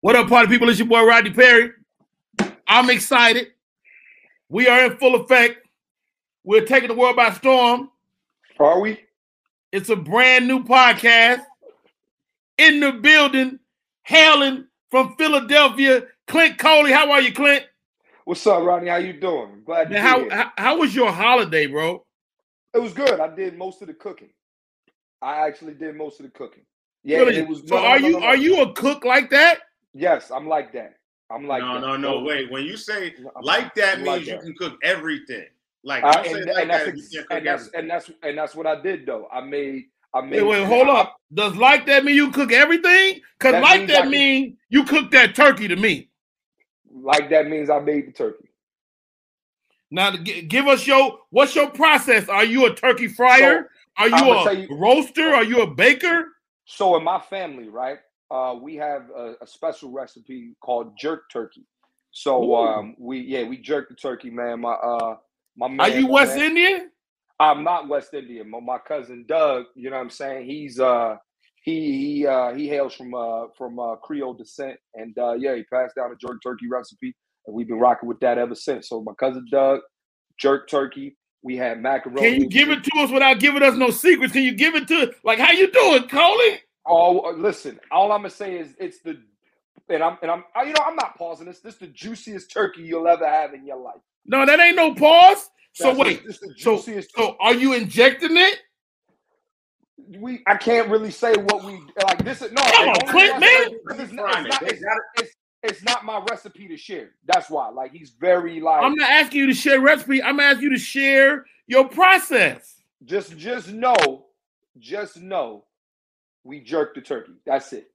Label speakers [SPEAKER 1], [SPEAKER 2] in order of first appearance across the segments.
[SPEAKER 1] What up, party people? It's your boy Rodney Perry. I'm excited. We are in full effect. We're taking the world by storm.
[SPEAKER 2] Are we?
[SPEAKER 1] It's a brand new podcast in the building, hailing from Philadelphia. Clint Coley, how are you, Clint?
[SPEAKER 2] What's up, Rodney? How you doing? Glad
[SPEAKER 1] Man,
[SPEAKER 2] you're
[SPEAKER 1] how,
[SPEAKER 2] here.
[SPEAKER 1] how how was your holiday, bro?
[SPEAKER 2] It was good. I did most of the cooking. I actually did most of the cooking. Yeah,
[SPEAKER 1] Really?
[SPEAKER 2] it was.
[SPEAKER 1] so
[SPEAKER 2] no, no,
[SPEAKER 1] are
[SPEAKER 2] no,
[SPEAKER 1] you
[SPEAKER 2] no, no.
[SPEAKER 1] are you a cook like that?
[SPEAKER 2] Yes, I'm like that. I'm like
[SPEAKER 3] no,
[SPEAKER 2] that.
[SPEAKER 3] no, no. Wait. When you say
[SPEAKER 2] No, I'm-
[SPEAKER 3] like that
[SPEAKER 2] I'm
[SPEAKER 3] means
[SPEAKER 2] like
[SPEAKER 3] you
[SPEAKER 2] that.
[SPEAKER 3] can cook everything. Like
[SPEAKER 2] I-
[SPEAKER 3] don't say
[SPEAKER 2] and,
[SPEAKER 3] like
[SPEAKER 2] and that's
[SPEAKER 3] that if
[SPEAKER 2] ex-
[SPEAKER 3] you can't cook
[SPEAKER 2] and that's
[SPEAKER 3] everything.
[SPEAKER 2] and that's and that's what I did though. I made I made.
[SPEAKER 1] Wait, wait, hold up. Does like that mean you cook everything? Cause
[SPEAKER 2] That
[SPEAKER 1] like
[SPEAKER 2] means I
[SPEAKER 1] that
[SPEAKER 2] can-
[SPEAKER 1] mean you cook that turkey to me.
[SPEAKER 2] Like that means I made the turkey.
[SPEAKER 1] Now, to gi- give us your what's your process? Are you a turkey fryer? Are you
[SPEAKER 2] I'ma
[SPEAKER 1] a
[SPEAKER 2] tell you-
[SPEAKER 1] roaster? Are you a baker?
[SPEAKER 2] So in my family, right, uh, we have a, a special recipe called jerk turkey.
[SPEAKER 1] Ooh.
[SPEAKER 2] So um, we yeah we jerk the turkey, man. My uh my man.
[SPEAKER 1] Are you
[SPEAKER 2] my
[SPEAKER 1] West
[SPEAKER 2] man-
[SPEAKER 1] Indian?
[SPEAKER 2] I'm not West Indian. My, my cousin Doug, you know what I'm saying? He's uh he he uh he hails from uh from uh Creole descent and uh yeah, he passed down a jerk turkey recipe and we've been rocking with that ever since. So my cousin Doug, jerk turkey, we had macaroni.
[SPEAKER 1] Can you give it to us without giving us no secrets? Can you give it to like how you doing, Coley?
[SPEAKER 2] all uh, listen, all I'm gonna say is it's the and I'm and I'm I, you know I'm not pausing this. This is the juiciest turkey you'll ever have in your life.
[SPEAKER 1] No, that ain't no pause. So
[SPEAKER 2] That's it.
[SPEAKER 1] wait,
[SPEAKER 2] this is the
[SPEAKER 1] so-
[SPEAKER 2] juiciest
[SPEAKER 1] so are you injecting it?
[SPEAKER 2] we I can't really say what we like. This is no.
[SPEAKER 1] Come
[SPEAKER 2] it's
[SPEAKER 1] on,
[SPEAKER 2] only
[SPEAKER 1] Clint, man.
[SPEAKER 2] recipe- because It's, not- it's, not,
[SPEAKER 3] They
[SPEAKER 2] it's,
[SPEAKER 3] got
[SPEAKER 2] it's, it's not my recipe to share. That's why. Like he's very like
[SPEAKER 1] I'm not asking you to share recipe. I'm asking you to share your process.
[SPEAKER 2] just just know, just know, we jerk the turkey. That's it.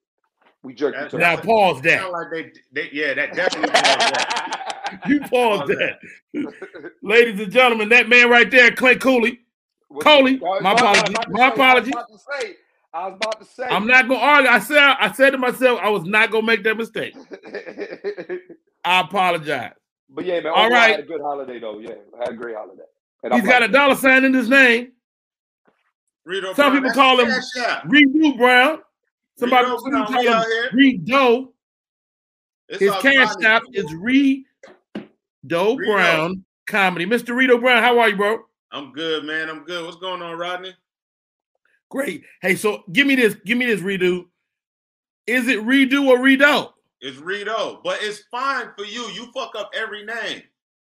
[SPEAKER 2] We jerk
[SPEAKER 3] That's-
[SPEAKER 2] the
[SPEAKER 1] Now
[SPEAKER 2] turkey.
[SPEAKER 1] pause
[SPEAKER 3] it.
[SPEAKER 1] that.
[SPEAKER 3] Sound like they, they, yeah, that definitely. was that.
[SPEAKER 1] You pause
[SPEAKER 3] Pause
[SPEAKER 1] that. Ladies and gentlemen, that man right there, Clint Cooley.
[SPEAKER 2] What-
[SPEAKER 1] Coley,
[SPEAKER 2] No,
[SPEAKER 1] my
[SPEAKER 2] no, no, I was
[SPEAKER 1] apologies.
[SPEAKER 2] about to
[SPEAKER 1] My
[SPEAKER 2] say, I
[SPEAKER 1] apologies.
[SPEAKER 2] was about to say, I was about to say.
[SPEAKER 1] I'm not gonna argue. I said I said to myself, I was not gonna make that mistake. I apologize.
[SPEAKER 2] but yeah, man.
[SPEAKER 1] All
[SPEAKER 2] All right.
[SPEAKER 1] right.
[SPEAKER 2] had a good holiday though. Yeah, I had a great holiday. And
[SPEAKER 1] He's got a dollar sign in his name.
[SPEAKER 3] Rito
[SPEAKER 1] Some
[SPEAKER 3] Brown,
[SPEAKER 1] people
[SPEAKER 3] that's
[SPEAKER 1] call him-
[SPEAKER 3] Cash App.
[SPEAKER 1] Redo Brown. Somebody
[SPEAKER 3] Rito
[SPEAKER 1] some
[SPEAKER 3] Brown,
[SPEAKER 1] people call
[SPEAKER 3] we out
[SPEAKER 1] him
[SPEAKER 3] here.
[SPEAKER 1] Redo.
[SPEAKER 3] It's
[SPEAKER 1] His
[SPEAKER 3] our
[SPEAKER 1] cash
[SPEAKER 3] comedy.
[SPEAKER 1] app is Redo Brown comedy. Mr. Redo Brown, how are you, bro?
[SPEAKER 3] I'm good, man. I'm good. What's going on, Rodney?
[SPEAKER 1] Great. Hey, so give me this. Give me this redo. Is it redo or redo?
[SPEAKER 3] It's Rito, but it's fine for you. You fuck up every name.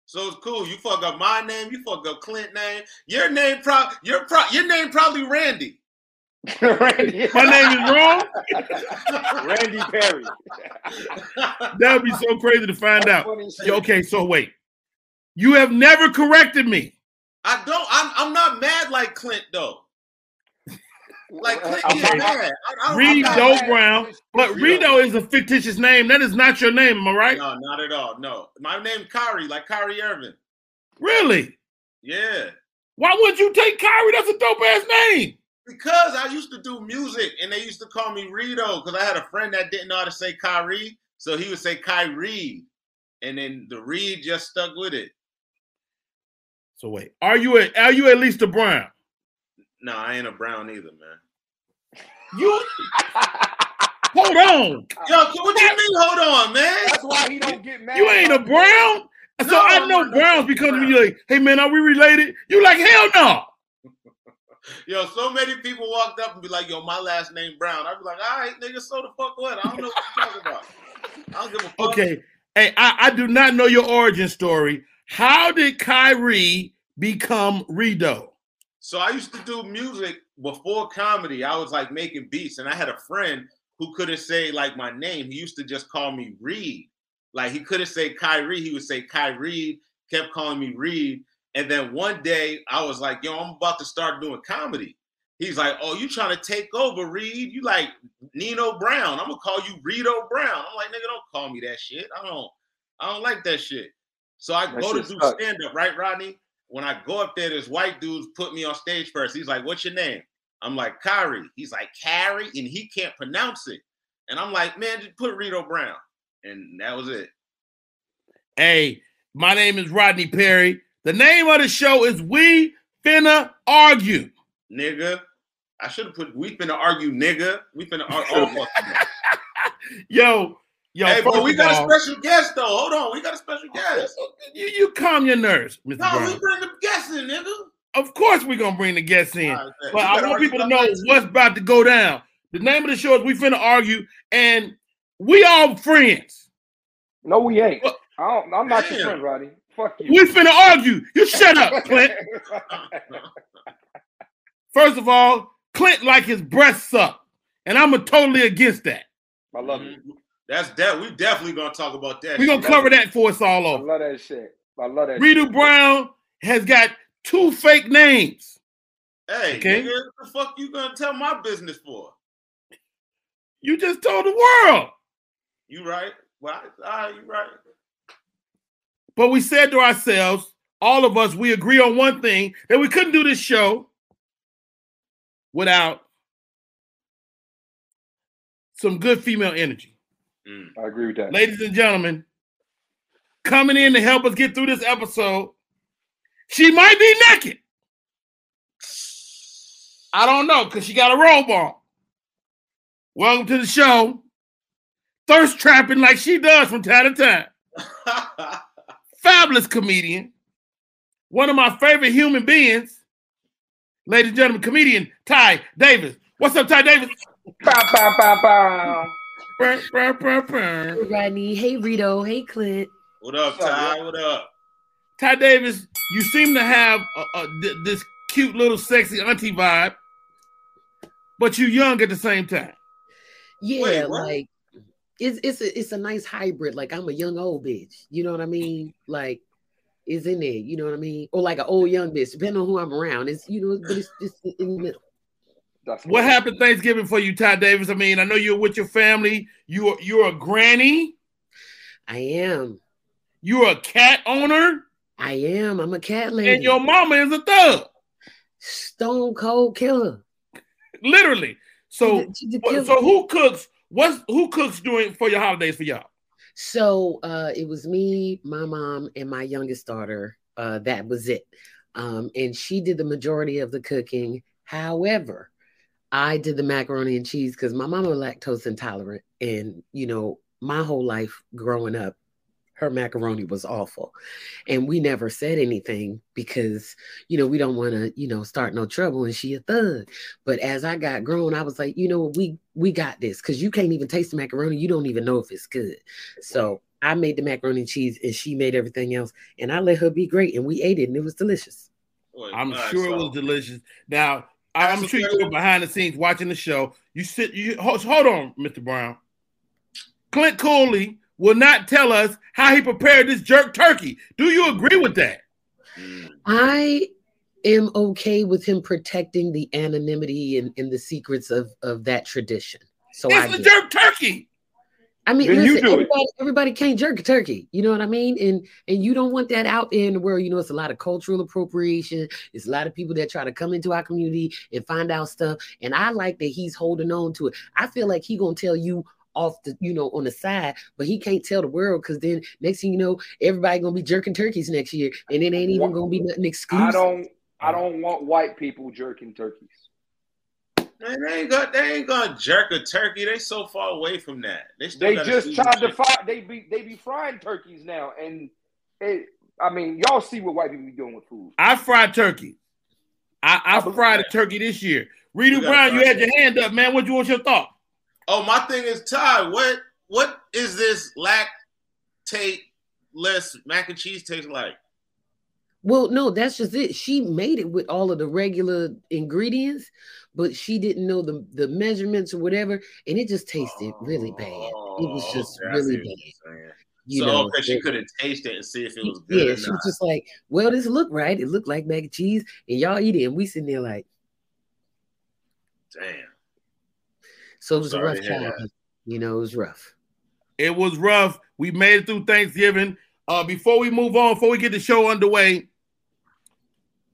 [SPEAKER 3] So it's cool. You fuck up my name. You fuck up Clint name. Your name pro. Your pro. Your name probably Randy.
[SPEAKER 1] My name is wrong.
[SPEAKER 2] Randy Perry.
[SPEAKER 1] That would be so crazy to find out.
[SPEAKER 2] Funny as shit.
[SPEAKER 1] Yeah, okay, so wait. You have never corrected me.
[SPEAKER 3] I don't. I'm. I'm not mad like Clint though. Like Clint
[SPEAKER 2] I'm
[SPEAKER 3] is
[SPEAKER 2] not-
[SPEAKER 3] mad. I, I,
[SPEAKER 1] Reed
[SPEAKER 3] I'm
[SPEAKER 1] Doe
[SPEAKER 3] not
[SPEAKER 1] Dope Brown, But Rito is a fictitious name. That is not your name, am I right?
[SPEAKER 3] No, not at all. No, my name Kyrie, like Kyrie Irving.
[SPEAKER 1] Really?
[SPEAKER 3] Yeah,
[SPEAKER 1] Why wouldn't you take Kyrie? That's a dope ass name.
[SPEAKER 3] because I used to do music, and they used to call me Rito because I had a friend that didn't know how to say Kyrie, so he would say Kyrie, and then the Reed just stuck with it.
[SPEAKER 1] So wait, are you a, are you at least a Brown?
[SPEAKER 3] No, I ain't a Brown either, man.
[SPEAKER 1] You hold on.
[SPEAKER 3] Yo, what you mean? Hold on, man.
[SPEAKER 2] That's why he don't get mad.
[SPEAKER 1] You ain't a
[SPEAKER 2] about it.
[SPEAKER 1] Brown. So
[SPEAKER 3] No,
[SPEAKER 1] I
[SPEAKER 3] I'm
[SPEAKER 1] know
[SPEAKER 3] not a
[SPEAKER 1] Browns because
[SPEAKER 3] Brown.
[SPEAKER 1] when you're like, hey man, are we related? You like hell no.
[SPEAKER 3] Yo, so many people walked up and be like, "Yo, my last name Brown." I'd be like, "All right, nigga, so the fuck what? I don't know what you're talking about. I don't give a fuck."
[SPEAKER 1] Okay. Hey, I, I do not know your origin story. How did Kyrie become Redo?
[SPEAKER 3] So I used to do music before comedy. I was like making beats, and I had a friend who couldn't say like my name. He used to just call me Reed. Like he couldn't say Kyrie, he would say Kyrie. Kept calling me Reed, and then one day I was like, "Yo, I'm about to start doing comedy." He's like, "Oh, you trying to take over, Reed? You like Nino Brown? I'm gonna call you Rito Brown." I'm like, "Nigga, don't call me that shit. I don't, I don't like that shit." So I
[SPEAKER 2] That
[SPEAKER 3] go to
[SPEAKER 2] shit
[SPEAKER 3] do
[SPEAKER 2] sucks.
[SPEAKER 3] stand up, right, Rodney? when I go up there, this white dude put me on stage first. He's like, "What's your name?" I'm like, "Kyrie." He's like, "Carrie," and he can't pronounce it. And I'm like, "Man, just put Rito Brown." And that was it.
[SPEAKER 1] Hey, my name is Rodney Perry. The name of the show is We Finna Argue.
[SPEAKER 3] Nigga, I should have put. We finna argue, nigga. We finna argue.
[SPEAKER 1] Yo, Yo,
[SPEAKER 3] hey,
[SPEAKER 1] first
[SPEAKER 3] but we
[SPEAKER 1] of
[SPEAKER 3] got
[SPEAKER 1] all-
[SPEAKER 3] a special guest though. Hold on, we got a special guest.
[SPEAKER 1] You, you calm your nerves, Mr.
[SPEAKER 3] No,
[SPEAKER 1] Brown.
[SPEAKER 3] we bring the guests in, nigga.
[SPEAKER 1] Of course, we're gonna bring the guests in,
[SPEAKER 3] All right, man.
[SPEAKER 1] but
[SPEAKER 3] You
[SPEAKER 1] I
[SPEAKER 3] better
[SPEAKER 1] want
[SPEAKER 3] hurry
[SPEAKER 1] people to
[SPEAKER 3] up,
[SPEAKER 1] know
[SPEAKER 3] man.
[SPEAKER 1] what's about to go down. The name of the show is "We Finna Argue," and we all friends.
[SPEAKER 2] No, we ain't.
[SPEAKER 1] What?
[SPEAKER 2] I don't, I'm not your
[SPEAKER 3] Damn.
[SPEAKER 2] friend, Roddy. Fuck you.
[SPEAKER 1] We finna argue. You shut up, Clint. First of all, Clint like his breasts up, and I'm a totally against that.
[SPEAKER 2] I love it.
[SPEAKER 3] That's that. We definitely gonna talk about that.
[SPEAKER 1] We're gonna
[SPEAKER 3] shit.
[SPEAKER 1] cover that for us all
[SPEAKER 2] I
[SPEAKER 1] over.
[SPEAKER 2] love that shit. I love that. shit.
[SPEAKER 1] Rita Oh. Brown has got two fake names.
[SPEAKER 3] Hey,
[SPEAKER 1] Okay.
[SPEAKER 3] nigga, what the fuck you gonna tell my business for?
[SPEAKER 1] You just told the world.
[SPEAKER 3] You right? Well, I, all right, you right.
[SPEAKER 1] But we said to ourselves, all of us, we agree on one thing that we couldn't do this show without some good female energy.
[SPEAKER 3] Mm.
[SPEAKER 2] I agree with that.
[SPEAKER 1] Ladies and gentlemen, coming in to help us get through this episode, she might be naked. I don't know because she got a robe on. Welcome to the show. Thirst trapping like she does from time to time fabulous comedian, one of my favorite human beings, ladies and gentlemen, comedian Ty Davis. What's up, Ty Davis?
[SPEAKER 2] Bow, bow, bow, bow.
[SPEAKER 1] Brr, brr, brr, brr.
[SPEAKER 4] Hey, Rodney. Hey, Rito. Hey, Clint.
[SPEAKER 3] what up,
[SPEAKER 2] What's up,
[SPEAKER 3] Ty? What up?
[SPEAKER 1] Ty Davis, you seem to have a, a- th- this cute little sexy auntie vibe, but you young at the same time.
[SPEAKER 4] Yeah,
[SPEAKER 3] Wait, what?
[SPEAKER 4] like it's it's a, it's a nice hybrid. Like I'm a young old bitch. You know what I mean? Like is in there. You know what I mean? Or like an old young bitch, depending on who I'm around. It's you know, but it's just in the middle.
[SPEAKER 2] That's
[SPEAKER 1] What
[SPEAKER 2] good.
[SPEAKER 1] happened Thanksgiving for you, Ty Davis? I mean, I know you're with your family. You're you're a granny.
[SPEAKER 4] I am.
[SPEAKER 1] You're a cat owner,
[SPEAKER 4] I am. I'm a cat lady.
[SPEAKER 1] and your mama is a thug,
[SPEAKER 4] Stone cold killer.
[SPEAKER 1] literally. So
[SPEAKER 4] She's a
[SPEAKER 1] What-
[SPEAKER 4] killer.
[SPEAKER 1] so who cooks? What's who cooks during for your holidays for y'all?
[SPEAKER 4] So uh, it was me, my mom, and my youngest daughter. Uh, that was it. Um, and she did the majority of the cooking. However, I did the macaroni and cheese because my mama lactose intolerant, and you know my whole life growing up, her macaroni was awful, and we never said anything because you know we don't want to you know start no trouble, and she a thug. But as I got grown, I was like, you know what, we we got this because you can't even taste the macaroni, you don't even know if it's good. So I made the macaroni and cheese and she made everything else. And I let her be great and we ate it and it was delicious.
[SPEAKER 3] Wait,
[SPEAKER 1] I'm
[SPEAKER 3] all right,
[SPEAKER 1] sure it
[SPEAKER 3] so-
[SPEAKER 1] was delicious. Now I- I'm
[SPEAKER 3] That's
[SPEAKER 1] sure
[SPEAKER 3] okay.
[SPEAKER 1] you were behind the scenes watching the show. You sit. You hold, hold on, Mr. Brown. Clint Cooley will not tell us how he prepared this jerk turkey. Do you agree with that?
[SPEAKER 3] Mm.
[SPEAKER 4] I am okay with him protecting the anonymity and, and the secrets of, of that tradition. So I,
[SPEAKER 1] It's a
[SPEAKER 4] get it.
[SPEAKER 1] jerk turkey.
[SPEAKER 4] I mean,
[SPEAKER 2] Then you
[SPEAKER 4] listen,
[SPEAKER 2] do it.
[SPEAKER 4] everybody, everybody can't jerk a turkey. You know what I mean? And and you don't want that out in the world. You know, it's a lot of cultural appropriation. It's a lot of people that try to come into our community and find out stuff. And I like that he's holding on to it. I feel like he gonna tell you off the, you know, on the side, but he can't tell the world because then next thing you know, everybody gonna be jerking turkeys next year, and it ain't even gonna be nothing exclusive.
[SPEAKER 2] I don't. I don't want white people jerking turkeys.
[SPEAKER 3] Man, they ain't got. They ain't gonna jerk a turkey. They so far away from that. They, still
[SPEAKER 2] They
[SPEAKER 3] gotta
[SPEAKER 2] just
[SPEAKER 3] season
[SPEAKER 2] tried to
[SPEAKER 3] shit.
[SPEAKER 2] fry. They be they be frying turkeys now, and it. I mean, y'all see what white people be doing with food.
[SPEAKER 1] I fried turkey. I, I,
[SPEAKER 2] I believe
[SPEAKER 1] fried a turkey this year. Rita
[SPEAKER 3] We got
[SPEAKER 1] Brown, you
[SPEAKER 3] fried
[SPEAKER 1] had your hand up, man. What you want your thought?
[SPEAKER 3] Oh, my thing is Ty. What what is this lactate less mac and cheese taste like?
[SPEAKER 4] Well, no, that's just it. She made it with all of the regular ingredients, but she didn't know the, the measurements or whatever, and it just tasted really bad. It was just
[SPEAKER 3] okay, I see
[SPEAKER 4] really
[SPEAKER 3] what
[SPEAKER 4] bad.
[SPEAKER 3] you're saying.
[SPEAKER 4] You
[SPEAKER 3] Oh, so
[SPEAKER 4] know,
[SPEAKER 3] okay, she
[SPEAKER 4] it-
[SPEAKER 3] could have tasted it and see if it was good.
[SPEAKER 4] yeah,
[SPEAKER 3] or
[SPEAKER 4] she
[SPEAKER 3] not.
[SPEAKER 4] was just like, "Well, this look right. It looked like mac and cheese, and y'all eat it." And we sitting there like,
[SPEAKER 3] Damn.
[SPEAKER 4] so it was
[SPEAKER 3] Sorry
[SPEAKER 4] a rough
[SPEAKER 3] to hear that.
[SPEAKER 4] time. You know, it was rough.
[SPEAKER 1] It was rough. We made it through Thanksgiving. Uh, before we move on, before we get the show underway,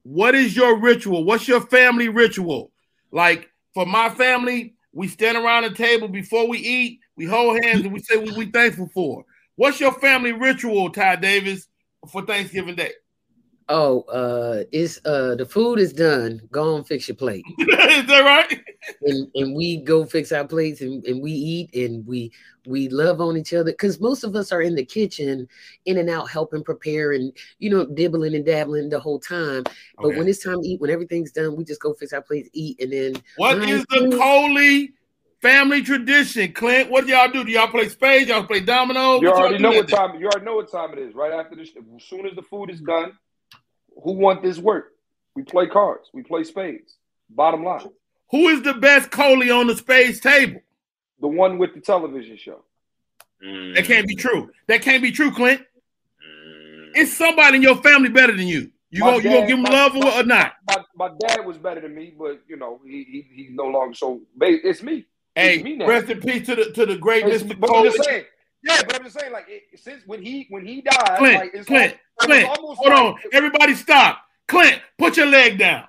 [SPEAKER 1] what is your ritual? What's your family ritual? Like for my family, we stand around the table before we eat. We hold hands and we say what we thankful for. What's your family ritual, Ty Davis, for Thanksgiving Day?
[SPEAKER 4] Oh, uh, it's uh the food is done. Go on, fix your plate.
[SPEAKER 1] is that right?
[SPEAKER 4] and, and we go fix our plates and, and we eat and we we love on each other because most of us are in the kitchen in and out helping prepare and you know dibbling and dabbling the whole time but
[SPEAKER 1] Okay.
[SPEAKER 4] when it's time to eat when everything's done we just go fix our plates eat and then
[SPEAKER 1] What
[SPEAKER 4] Mine
[SPEAKER 1] is the
[SPEAKER 4] too.
[SPEAKER 1] Coley family tradition, Clint? What do y'all do? Do y'all play spades? Y'all play domino?
[SPEAKER 2] You
[SPEAKER 1] y'all
[SPEAKER 2] already
[SPEAKER 1] do
[SPEAKER 2] know
[SPEAKER 1] that
[SPEAKER 2] what
[SPEAKER 1] day?
[SPEAKER 2] time. You already know what time it is. Right after this, as soon as the food is done, who want this work? We play cards. We play spades. Bottom line,
[SPEAKER 1] Who is the best Coley on the spades table?
[SPEAKER 2] the one with the television show.
[SPEAKER 3] Mm,
[SPEAKER 1] That can't be true. That can't be true, Clint.
[SPEAKER 3] mm.
[SPEAKER 1] It's somebody in your family better than you. You
[SPEAKER 2] My
[SPEAKER 1] gonna, you gonna
[SPEAKER 2] dad-
[SPEAKER 1] give them
[SPEAKER 2] my-
[SPEAKER 1] love or, or not?
[SPEAKER 2] My, my dad was better than me, but you know he, he he's no longer so. ba- It's me.
[SPEAKER 1] Hey,
[SPEAKER 2] me now.
[SPEAKER 1] rest in peace to the to the great
[SPEAKER 2] It's-
[SPEAKER 1] Mr.
[SPEAKER 2] but I'm
[SPEAKER 1] Coley.
[SPEAKER 2] just saying. Yeah, but I'm just saying, like it, since when he when he died,
[SPEAKER 1] Clint,
[SPEAKER 2] like it's
[SPEAKER 1] Clint,
[SPEAKER 2] al-
[SPEAKER 1] Clint,
[SPEAKER 2] it's almost
[SPEAKER 1] Hold
[SPEAKER 2] like-
[SPEAKER 1] on, everybody, stop. Clint, put your leg down.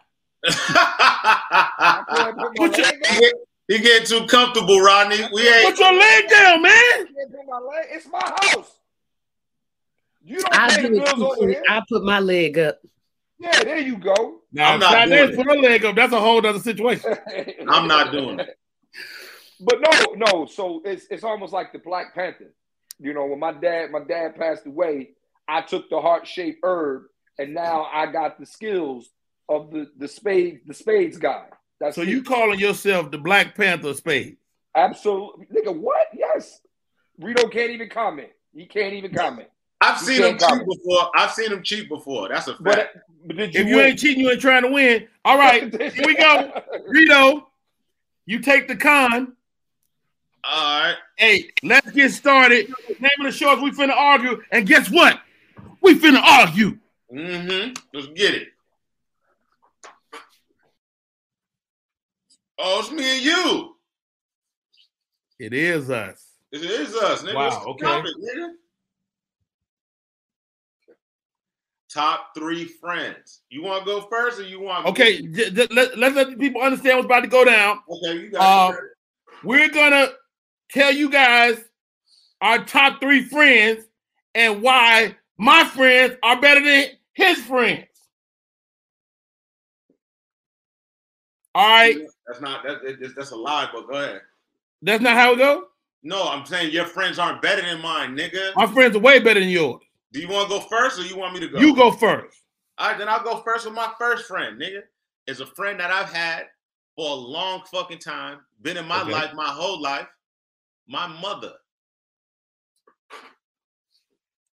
[SPEAKER 2] I can't put my
[SPEAKER 1] Put your-
[SPEAKER 2] leg down.
[SPEAKER 3] you get too comfortable, Rodney. We ain't.
[SPEAKER 1] Put your leg down,
[SPEAKER 2] I
[SPEAKER 1] man.
[SPEAKER 2] can't put my leg. It's my house. You don't
[SPEAKER 4] i
[SPEAKER 2] pay the
[SPEAKER 4] do it
[SPEAKER 2] bills
[SPEAKER 4] too,
[SPEAKER 2] over
[SPEAKER 4] quick.
[SPEAKER 2] here.
[SPEAKER 4] i put my leg up
[SPEAKER 2] Yeah, there you go.
[SPEAKER 1] Now,
[SPEAKER 3] I'm not
[SPEAKER 1] now,
[SPEAKER 3] doing
[SPEAKER 1] there's
[SPEAKER 3] it.
[SPEAKER 1] put her leg up. That's a whole other situation.
[SPEAKER 3] I'm not doing it.
[SPEAKER 2] But no, no. So it's it's almost like the Black Panther. You know, when my dad my dad passed away, I took the heart shaped herb, and now I got the skills of the the spade the spades guy. That's
[SPEAKER 1] So
[SPEAKER 2] me.
[SPEAKER 1] you calling yourself the Black Panther of spades?
[SPEAKER 2] absolutely nigga. What? Yes. Rito can't even comment. He can't even comment.
[SPEAKER 3] I've
[SPEAKER 2] You
[SPEAKER 3] seen him
[SPEAKER 2] can't
[SPEAKER 3] cheat
[SPEAKER 2] comment.
[SPEAKER 3] before. I've seen him cheat before. That's a
[SPEAKER 2] But,
[SPEAKER 3] fact.
[SPEAKER 2] but did you
[SPEAKER 1] If you
[SPEAKER 2] win?
[SPEAKER 1] ain't cheating, you ain't trying to win. All right, here we go. Rito, you take the con.
[SPEAKER 3] All right.
[SPEAKER 1] Hey, let's get started. Name of the show is we finna argue, and guess what? We finna argue.
[SPEAKER 3] Mm-hmm. Let's get it. Oh, it's me and you.
[SPEAKER 1] It is us.
[SPEAKER 3] It is us, nigga.
[SPEAKER 1] Wow,
[SPEAKER 3] What's the
[SPEAKER 1] okay.
[SPEAKER 3] topic, nigga? Top three friends. You want to go first, or you want? me?
[SPEAKER 1] Okay, j- j- let, let's let the people understand what's about to go down.
[SPEAKER 3] Okay, you got.
[SPEAKER 1] Um,
[SPEAKER 3] it.
[SPEAKER 1] We're gonna tell you guys our top three friends and why my friends are better than his friends. All right,
[SPEAKER 3] That's not. That, that- that's, that's a lie. But go ahead.
[SPEAKER 1] that's not how it go.
[SPEAKER 3] No, I'm saying your friends aren't better than mine, nigga.
[SPEAKER 1] My friends are way better than yours.
[SPEAKER 3] Do you want to go first, or you want me to go?
[SPEAKER 1] You go first.
[SPEAKER 3] All right, then I'll go first with my first friend, nigga. Is a friend that I've had for a long fucking time, been in my
[SPEAKER 1] Okay.
[SPEAKER 3] life my whole life. My mother.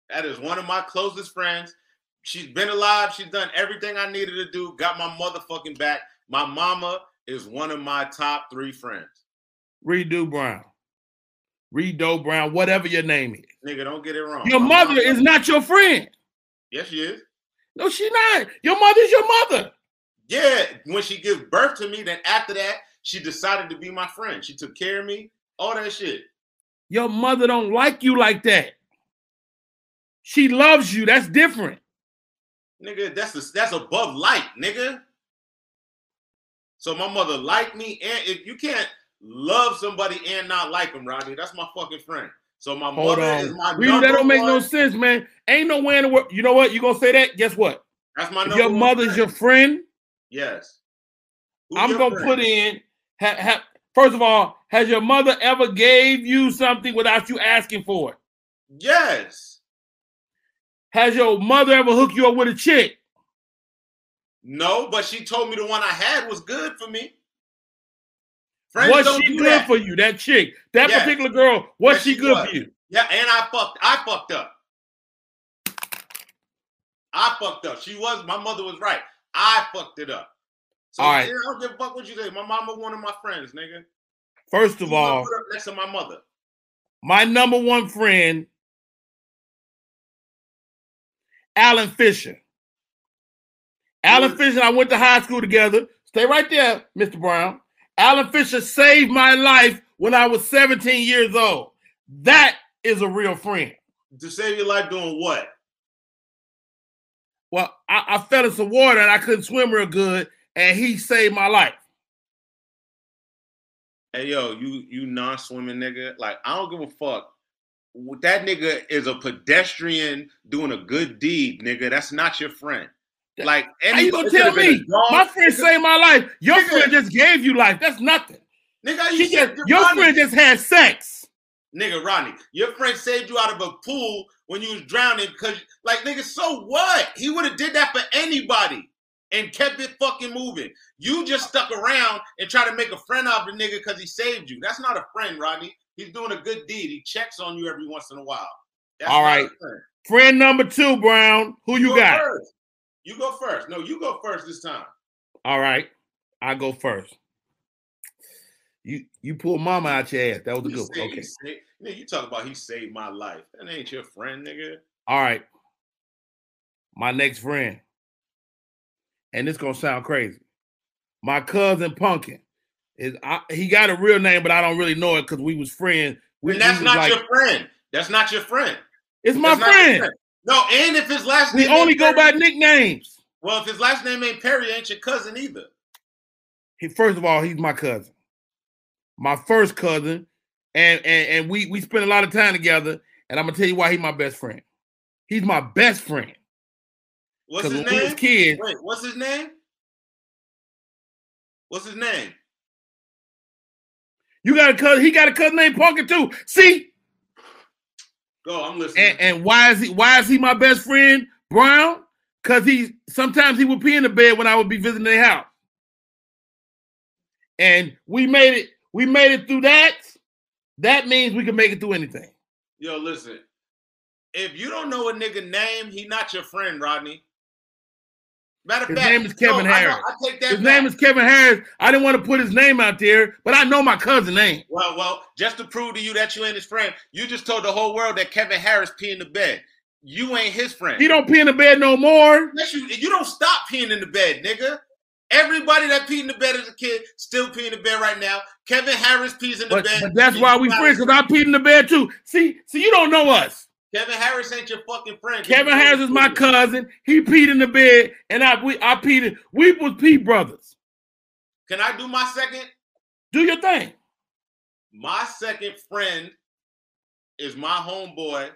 [SPEAKER 3] That is one of my closest friends. She's been alive. She's done everything I needed to do. Got my motherfucking back. My mama is one of my top three friends.
[SPEAKER 1] Redo Brown, Redo Brown, whatever your name is.
[SPEAKER 3] Nigga, don't get it wrong.
[SPEAKER 1] Your
[SPEAKER 3] My
[SPEAKER 1] mother
[SPEAKER 3] mama-
[SPEAKER 1] is not your friend.
[SPEAKER 3] Yes, she is.
[SPEAKER 1] No, she not. Your mother's your mother.
[SPEAKER 3] Yeah, when she gives birth to me, then after that, she decided to be my friend. She took care of me, all that shit.
[SPEAKER 1] Your mother don't like you like that. She loves you. That's different.
[SPEAKER 3] Nigga, that's a, that's above light, nigga. So my mother liked me, and if you can't love somebody and not like them, Rodney, that's my fucking friend. So my
[SPEAKER 1] Hold
[SPEAKER 3] mother
[SPEAKER 1] on.
[SPEAKER 3] is my
[SPEAKER 1] Rita,
[SPEAKER 3] number
[SPEAKER 1] that don't make
[SPEAKER 3] one.
[SPEAKER 1] no sense, man. Ain't no way in the world. You know what? You gonna say that? Guess what?
[SPEAKER 3] That's my
[SPEAKER 1] If
[SPEAKER 3] number
[SPEAKER 1] your
[SPEAKER 3] one
[SPEAKER 1] mother's
[SPEAKER 3] friend.
[SPEAKER 1] your friend,
[SPEAKER 3] yes. Who's
[SPEAKER 1] I'm
[SPEAKER 3] your
[SPEAKER 1] gonna
[SPEAKER 3] friend?
[SPEAKER 1] put in. Ha, ha, first of all, has your mother ever gave you something without you asking for it?
[SPEAKER 3] yes.
[SPEAKER 1] Has your mother ever hooked you up with a chick?
[SPEAKER 3] No, but she told me the one I had was good for me.
[SPEAKER 1] was
[SPEAKER 3] don't
[SPEAKER 1] she
[SPEAKER 3] do
[SPEAKER 1] good
[SPEAKER 3] that.
[SPEAKER 1] for you? That chick, that
[SPEAKER 3] Yes.
[SPEAKER 1] particular girl, was
[SPEAKER 3] Yes,
[SPEAKER 1] she
[SPEAKER 3] she
[SPEAKER 1] good
[SPEAKER 3] was.
[SPEAKER 1] for you?
[SPEAKER 3] Yeah, and I fucked. I fucked up. I fucked up. She was. My mother was right. I fucked it up. So
[SPEAKER 1] All right.
[SPEAKER 3] yeah, I don't give a fuck what you say. My mama, one of my friends, nigga.
[SPEAKER 1] First
[SPEAKER 3] She
[SPEAKER 1] of
[SPEAKER 3] was
[SPEAKER 1] all,
[SPEAKER 3] put up next to my mother.
[SPEAKER 1] my number one friend, Alan Fisher. Alan
[SPEAKER 3] Who-
[SPEAKER 1] Fisher, and I went to high school together. Stay right there, Mr. Brown. Alan Fisher saved my life when I was 17 years old. That is a real friend.
[SPEAKER 3] To save your life doing what?
[SPEAKER 1] Well, I, I fell in some water and I couldn't swim real good, and he saved my life.
[SPEAKER 3] Hey yo, you you non-swimming nigga. Like I don't give a fuck. That nigga is a pedestrian doing a good deed, nigga. That's not your friend. Like,
[SPEAKER 1] How you gonna tell me? My friend saved my life. Your
[SPEAKER 3] Oh, Nigga.
[SPEAKER 1] friend just gave you life. That's nothing.
[SPEAKER 3] Nigga, you
[SPEAKER 1] She just,
[SPEAKER 3] said
[SPEAKER 1] your
[SPEAKER 3] Ronnie,
[SPEAKER 1] friend just had sex.
[SPEAKER 3] Nigga, Ronnie, your friend saved you out of a pool when you was drowning because, like, nigga, so what? He would have did that for anybody and kept it fucking moving. You just stuck around and try to make a friend out of the nigga because he saved you. That's not a friend, Rodney. He's doing a good deed. He checks on you every once in a while. That's
[SPEAKER 1] All
[SPEAKER 3] not a
[SPEAKER 1] right.
[SPEAKER 3] friend.
[SPEAKER 1] Friend number two, Brown. Who you got?
[SPEAKER 3] First. You go first. No, you go first this time.
[SPEAKER 1] All right, I go first. You you pull mama out your ass. That was a
[SPEAKER 3] You,
[SPEAKER 1] good
[SPEAKER 3] say-
[SPEAKER 1] one.
[SPEAKER 3] you
[SPEAKER 1] Okay.
[SPEAKER 3] say- nigga, you talk about he saved my life. That ain't your friend, nigga.
[SPEAKER 1] All right. My next friend. And it's gonna sound crazy. My cousin Punkin. Is I, he got a real name, but I don't really know it because we was friends. We,
[SPEAKER 3] and
[SPEAKER 1] we
[SPEAKER 3] that's
[SPEAKER 1] was
[SPEAKER 3] not
[SPEAKER 1] like-
[SPEAKER 3] your friend. That's not your friend.
[SPEAKER 1] it's my
[SPEAKER 3] That's not your
[SPEAKER 1] friend.
[SPEAKER 3] No, and if his last
[SPEAKER 1] We
[SPEAKER 3] name ain't
[SPEAKER 1] only go by
[SPEAKER 3] Perry-
[SPEAKER 1] nicknames.
[SPEAKER 3] well, if his last name ain't Perry, ain't your cousin either.
[SPEAKER 1] he- first of all, he's my cousin, my first cousin, and and and we we spend a lot of time together. And I'm gonna tell you why he's my best friend. He's my best friend
[SPEAKER 3] What's
[SPEAKER 1] because
[SPEAKER 3] his
[SPEAKER 1] when we was
[SPEAKER 3] name?
[SPEAKER 1] kids,
[SPEAKER 3] Wait, what's his name? What's his name?
[SPEAKER 1] you got a cousin. He got a cousin named Punkin too. See,
[SPEAKER 3] Go, I'm listening.
[SPEAKER 1] and, and why is he why is he my best friend, Brown? Because he sometimes he would pee in the bed when I would be visiting their house, and we made it. We made it through that. That means we can make it through anything.
[SPEAKER 3] Yo, listen. If you don't know a nigga name, he not your friend, Rodney. Matter of
[SPEAKER 1] His
[SPEAKER 3] fact,
[SPEAKER 1] name is Kevin
[SPEAKER 3] no, I know,
[SPEAKER 1] Harris.
[SPEAKER 3] I, take that.
[SPEAKER 1] His
[SPEAKER 3] back.
[SPEAKER 1] name is Kevin Harris. I didn't want to put his name out there, but I know my cousin name.
[SPEAKER 3] Well, well, just to prove to you that you ain't his friend, you just told the whole world that Kevin Harris pee in the bed. You ain't his friend.
[SPEAKER 1] He don't pee in the bed no more.
[SPEAKER 3] Unless you you don't stop peeing in the bed, nigga. Everybody that peed in the bed as a kid still peeing in the bed right now. Kevin Harris pees in the
[SPEAKER 1] But,
[SPEAKER 3] bed.
[SPEAKER 1] but that's why we friends, because I peed in the bed too. See, see, you don't know us.
[SPEAKER 3] Kevin Harris ain't your fucking friend.
[SPEAKER 1] Kevin Harris is my cousin. He peed in the bed, and I we I peed. In, we was pee brothers.
[SPEAKER 3] Can I do my second?
[SPEAKER 1] Do your thing.
[SPEAKER 3] My second friend is my homeboy,